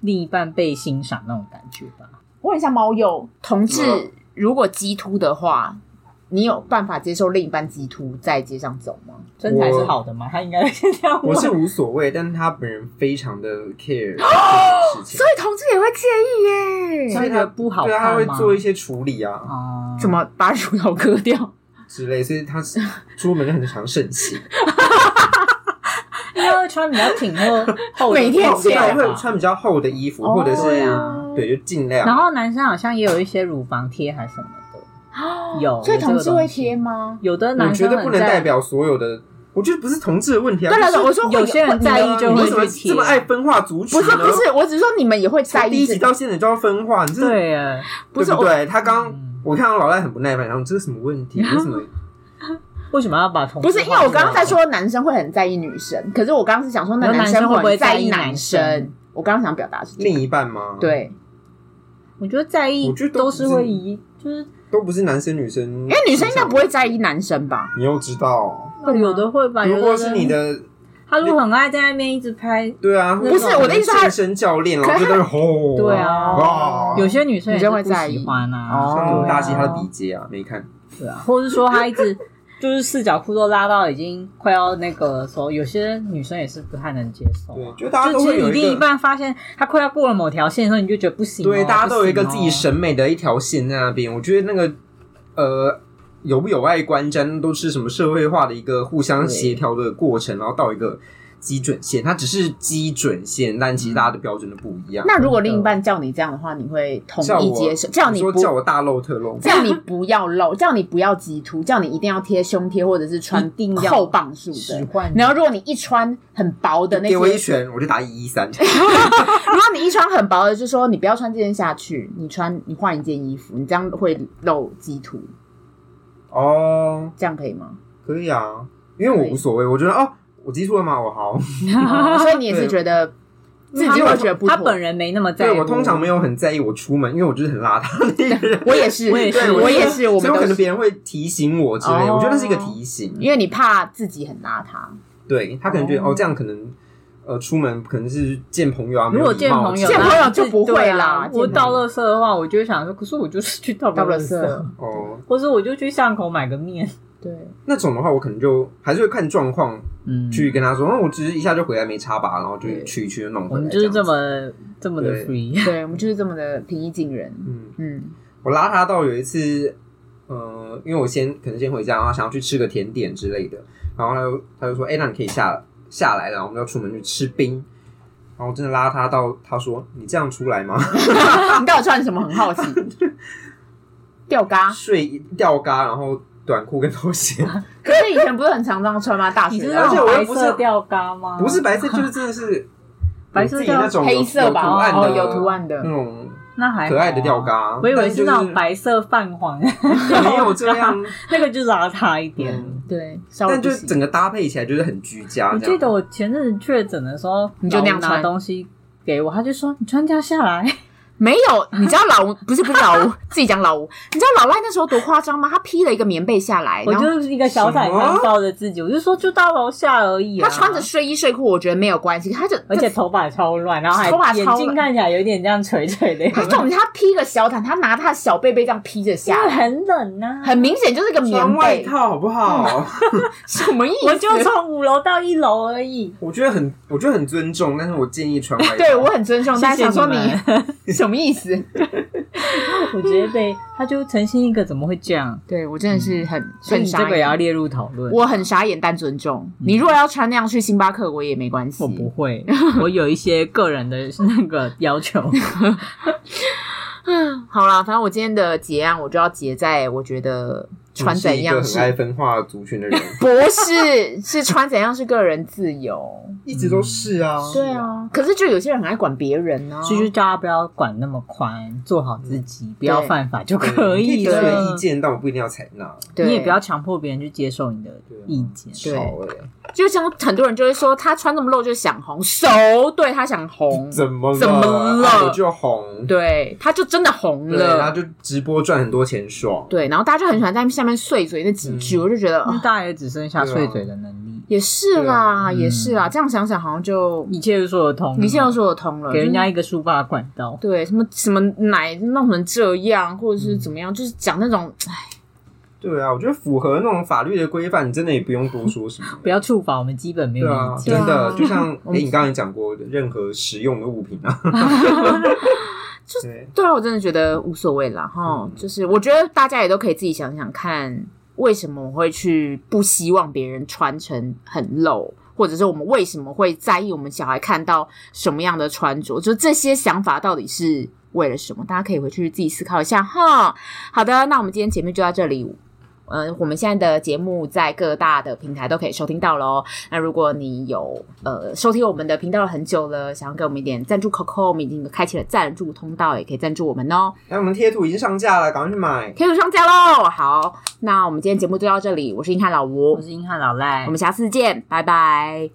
S2: 另一半被欣赏那种感觉吧。
S1: 我问一下猫友，同志
S3: 嗯
S1: 如果鸡突的话，你有办法接受另一半鸡突在街上走吗？
S2: 身材是好的吗？他应该是这样问。
S3: [LAUGHS] 我是无所谓，但是他本人非常的 care 这件
S1: [GASPS]
S3: 事情，
S1: 以同志也会介意
S2: 所以
S3: 他
S2: 觉得不好
S3: 对啊，
S2: 看
S3: 他会
S2: 吗
S3: 做一些处理啊
S2: 哦，
S1: 怎么把乳头割掉？
S3: 之类，所以他是出门就很常盛气，
S2: 应该会穿比较挺或厚的
S1: 每天
S2: 套
S1: 见
S2: 件
S3: 哦对，啊
S2: 吧
S3: 会穿比较厚的衣服，或者
S2: 对
S3: 是
S2: 啊
S3: 对，就尽量。
S2: 然后男生好像也有一些乳房贴还是什么的，有
S1: 所以同志会贴
S2: 有这
S1: 吗？
S2: 个东西有的
S3: 我
S2: 男
S3: 觉
S2: 生
S3: 得不
S2: 很
S3: 能
S2: 在
S3: 代表所有的，我觉得不是同志的问题啊。
S1: 对了，
S3: 就是
S1: 我说会
S2: 有些人
S1: 会
S2: 在意
S1: 你
S2: 就
S3: 你
S2: 会
S3: 为什么
S2: 去
S3: 这么
S2: 贴
S3: 爱分化族群
S1: 不是
S3: 呢？
S1: 不是，我只是说你们也会在
S3: 从第
S1: 意
S3: 一
S1: 这
S3: 集
S1: 个，
S3: 到现在你就要分化，你这
S2: 对啊耶，
S1: 不是
S3: 对不
S1: 我
S3: 对？他刚
S2: 嗯
S3: 我看到老赖很不耐烦，然后这是什么问题？为什么？
S2: 为什么要把同
S1: 不是
S2: 志
S1: 因为我刚刚在
S2: 画
S1: 说男生会很在意女生，可是我刚刚是想说那
S2: 有男生
S1: 会
S2: 会不会
S1: 在
S2: 在
S1: 意
S2: 意
S1: 男
S2: 男生
S1: 生，我刚刚想表达是这个
S3: 另一半吗？，
S1: 对，
S2: 出来？我觉得在意
S3: 我觉得都
S2: 都
S3: 不
S2: 是
S3: 是
S2: 会一就是
S3: 都不是男生女生，因
S1: 因为女生应该不会在意男生吧？
S3: 你又知道，
S1: 会吗
S2: 有的会吧，有
S3: 如
S2: 的
S3: 果
S2: 人
S3: 是你的，
S2: 他如果很爱在那边一直拍，
S3: 对啊，
S2: 不是
S3: 或者
S1: 我的意思是
S3: 健身教练，然后就在那边吼，
S2: 对啊
S3: 哦
S2: 有些女生也
S1: 女生
S2: 是
S1: 会
S2: 不
S1: 在意
S2: 喜欢啊，
S1: 哦
S3: 像我们大戏他的
S2: 对啊
S3: 底接啊，没看，
S2: 对啊，或者是说她一
S3: [LAUGHS]
S2: 直就是四角裤都拉到已经快要那个的时候，有些女生也是不太能接受
S3: 对
S2: 啊，。
S3: 就大家
S2: 就
S3: 都
S2: 其
S3: 会
S2: 实
S3: 有
S2: 你另一
S3: 个。
S2: 半发现他快要过了某条线的时候，你就觉得不行哦、
S3: 对，大家都有一个自己
S2: 不行哦
S3: 审美的一条线在那边。我觉得那个呃，有不有爱观瞻都是什么社会化的一个互相协调的过程，然后到一个基准线，它只是基准线，但其实大家的标准都不一样。
S1: 那如果另一半叫你这样的话，你会同
S3: 叫
S1: 意
S3: 我
S1: 接受？叫
S3: 你
S1: 你
S3: 说
S1: 不
S3: 叫我大漏特
S1: [LAUGHS]
S3: 漏，
S1: 叫你不要露，叫你不要极突，叫你一定要贴胸贴或者是穿
S2: 一定要
S1: 厚磅数
S2: 使
S1: 的。
S2: 唤你
S1: 然后如果你一穿很薄的那些，
S3: 给我一
S1: 如
S3: 拳我就打一
S1: [LAUGHS]
S3: 一三。
S1: 果你一穿很薄的，就说你不要穿这件下去，你穿你换一件衣服，你这样会露极突，
S3: 哦，
S1: 这样可以吗？
S3: 可以啊，因为我无所谓，我觉得哦，我记错了吗？我好，
S1: [LAUGHS] 哦所以你也是觉得自己会觉得不
S2: 他
S1: 妥。
S2: 本人没那么在
S3: 对
S2: 乎。
S3: 我通常没有很在意我出门，因为我就是很邋遢的一个人。
S1: 我也是，
S2: [LAUGHS] 我也是
S3: 对，
S1: 我也，
S3: 就是
S1: 我
S3: 所
S1: 们
S3: 以可
S1: 都
S3: 能
S1: 是，
S3: 别人会提醒我之类的，
S1: 哦
S3: 我觉得那是一个提醒。
S1: 因为你怕自己很邋遢。
S3: 对他可能觉得
S2: 哦
S3: 哦，这样可能呃出门可能是见朋友啊，
S2: 如果
S3: 没有
S2: 见
S3: 礼貌
S2: 朋友，
S1: 见
S2: 那
S1: 朋友
S2: 我自己
S1: 就不会
S2: 对
S1: 啦
S2: 啦。我
S1: 见
S2: 倒垃圾的话，我就会想说，可是我就是去倒
S1: 倒垃
S2: 垃
S1: 圾，
S3: 哦，
S2: 或者我就去巷口买个面。
S1: 对，
S3: 那种的话，我可能就还是会看状况
S2: 嗯
S3: 去跟他说，哦那、我只是一下就回来没插拔，然后就
S1: 对
S3: 去一去就弄
S2: 我
S3: 回来。
S2: 们就是
S3: 这
S2: 这
S3: 样子，
S2: 么这么的
S3: 对
S2: free。
S1: 对我们就是这么的平易近人。
S3: 嗯， [LAUGHS]
S1: 嗯，
S3: 我邋遢到有一次，呃，因为我先可能先回家，然后想要去吃个甜点之类的，然后他就他就说，哎、那你可以下下来了，然后我们要出门去吃冰。然后我真的邋遢到他说：“你这样出来吗？
S1: 你到底穿什么？很好奇。吊嘎，
S3: [LAUGHS] 睡吊嘎，然后短裤跟拖鞋，
S1: 可是以前不是很常这样穿吗？大
S2: 你
S1: 学
S2: 知
S1: 的
S2: 道
S3: 啊而且我又
S2: 白
S3: 不是
S2: 色吊嘎吗？
S3: [LAUGHS] 不是，白色，就是真的是
S2: 白色
S3: 我自己那种有
S1: 黑色吧
S3: 有图案
S1: 哦
S3: 的、
S1: 有图案的哦
S3: 那种
S2: 那还好啊
S3: 可爱的吊。嘎。
S2: 我以为
S3: 但
S2: 是那种白色泛黄， [LAUGHS]
S3: 就是 [LAUGHS] 没有这
S1: [LAUGHS]
S3: 样，
S2: 那个就邋遢一点。
S3: 嗯
S1: 对，稍微
S3: 但
S1: 不
S3: 就是
S1: 行
S3: 整个搭配起来就是很居家。
S2: 我
S3: 这样
S2: 记得我前阵子确诊的时候，
S1: 嗯你就那样
S2: 老吴
S1: 穿
S2: 拿东西给我，他就说你穿这样下来，
S1: 没有，你知道老吴不是不是老吴，自己讲老吴，你知道老赖那时候多夸张吗？他披了一个棉被下来，
S2: [LAUGHS]
S1: 哎
S2: 我
S1: 然后
S2: 就是一个小彩
S3: 什么
S2: 蛋抱着自己，我就说就到楼下而已、啊。
S1: 他穿着，睡衣睡裤，我觉得没有关系，他就
S2: 而且头发超乱，然后
S1: 头发超啊
S2: 还眼
S1: 乱
S2: 睛看起来有点这样垂垂的，
S1: 他
S2: [LAUGHS]
S1: 重点是他披个小毯，他拿他的小背背这样披着
S2: 因
S1: 下
S2: 为
S1: 来，
S2: 很冷呐、啊。
S1: 很明显就是个
S3: 穿
S1: 棉
S3: 外
S1: 被，嗯
S3: 套好不好？
S1: 什么意思？
S2: 我就从五楼到一楼而已。
S3: 我觉得很，我觉得很尊重，但是我建议穿外
S1: [LAUGHS]
S3: 套。
S1: 对我很尊重，但是
S2: [LAUGHS]
S1: 想说
S2: 谢谢
S1: 你什么意思？
S2: 我直接被他就呈现一个怎么会这样？
S1: 对我真的是很
S2: 所
S1: 很
S2: 以嗯哎你这
S1: 傻
S2: 个也要
S1: 眼，
S2: 列入讨论。
S1: 我很傻眼但尊重。你如果要穿那样去星巴克，我也没关系
S2: 我。不会，我有一些个人的那个要
S3: [LAUGHS]
S2: 求。
S3: 哦
S1: 好啦，反正我今天的结案我就要结在我觉得穿
S3: 你是
S1: 怎
S3: 一个
S1: 样
S3: 很爱分化族群的人，
S1: 不是， [LAUGHS] 是穿怎样是个人自由。
S3: [LAUGHS] 一直都是啊。
S1: 对啊，可是就有些人很爱管别人呢、啊。
S2: 所以就叫他不要管那么宽，做好自己，不要犯法就
S3: 嗯对，
S2: 可
S3: 你
S2: 以
S3: 提出你的
S2: 了
S3: 意。见，但我不一定要采纳。
S1: 对
S2: 你也不要，强迫别人去接受你的
S3: 啊
S2: 意见。
S3: 少哎，
S1: 就像很多人就会说，他穿这么露就是想红，熟对他想红，
S3: 怎么了
S1: 怎么了
S3: 啊我就红，
S1: 对，他就真的红
S3: 对，然后
S1: 了。
S3: 就直播赚很多钱爽。
S1: 对，然后大家就很喜欢在下面碎嘴那几句，
S3: 嗯
S1: 我就觉得、
S2: 因为
S1: 哦
S2: 大家也只剩下
S3: 啊
S2: 碎嘴的能力，
S1: 也是啦，
S2: 对啊
S3: 嗯
S1: 也是啦。这样想想好像就
S2: 一切都说得通。
S1: 一切都说得通了，
S2: 给人家
S1: 就是
S2: 一个抒发的管道。
S1: 对什么什么奶弄成这样，或者
S3: 嗯
S1: 是怎么样，就是讲那种
S3: 对啊，我觉得符合那种法律的规范，你真的也不用多说什么。
S2: 不要触法，我们基本没有
S3: 对啊
S2: 意，见。
S3: 真的，
S1: 对啊
S3: 就像
S1: [LAUGHS] 我
S3: 哎，
S1: 们
S3: 你刚才讲过的任何实用的物品
S1: [LAUGHS]
S3: 啊，就对，
S1: 对啊，我真的觉得无所谓啦，哈、
S3: 嗯
S1: 就是我觉得大家也都可以自己想想看，为什么我会去不希望别人穿成很露，或者是我们为什么会在意我们小孩看到什么样的穿着，就这些想法到底是为了什么？大家可以回去自己思考一下哈。好的，那我们今天节目就到这里。呃，我们现在的节目在各大的平台都可以收听到哦喽。那如果你有呃收听我们的频道很久了，想要给我们一点赞助 Coco，我们已经开启了赞助通道，也可以赞助我们哦。
S3: 哎，我们贴图已经上架了，赶快去买。
S1: 可以上架喽！好，那我们今天节目就到这里，我是硬汉老吴
S2: 我，是英汉老赖
S1: 我，们下次见，拜拜。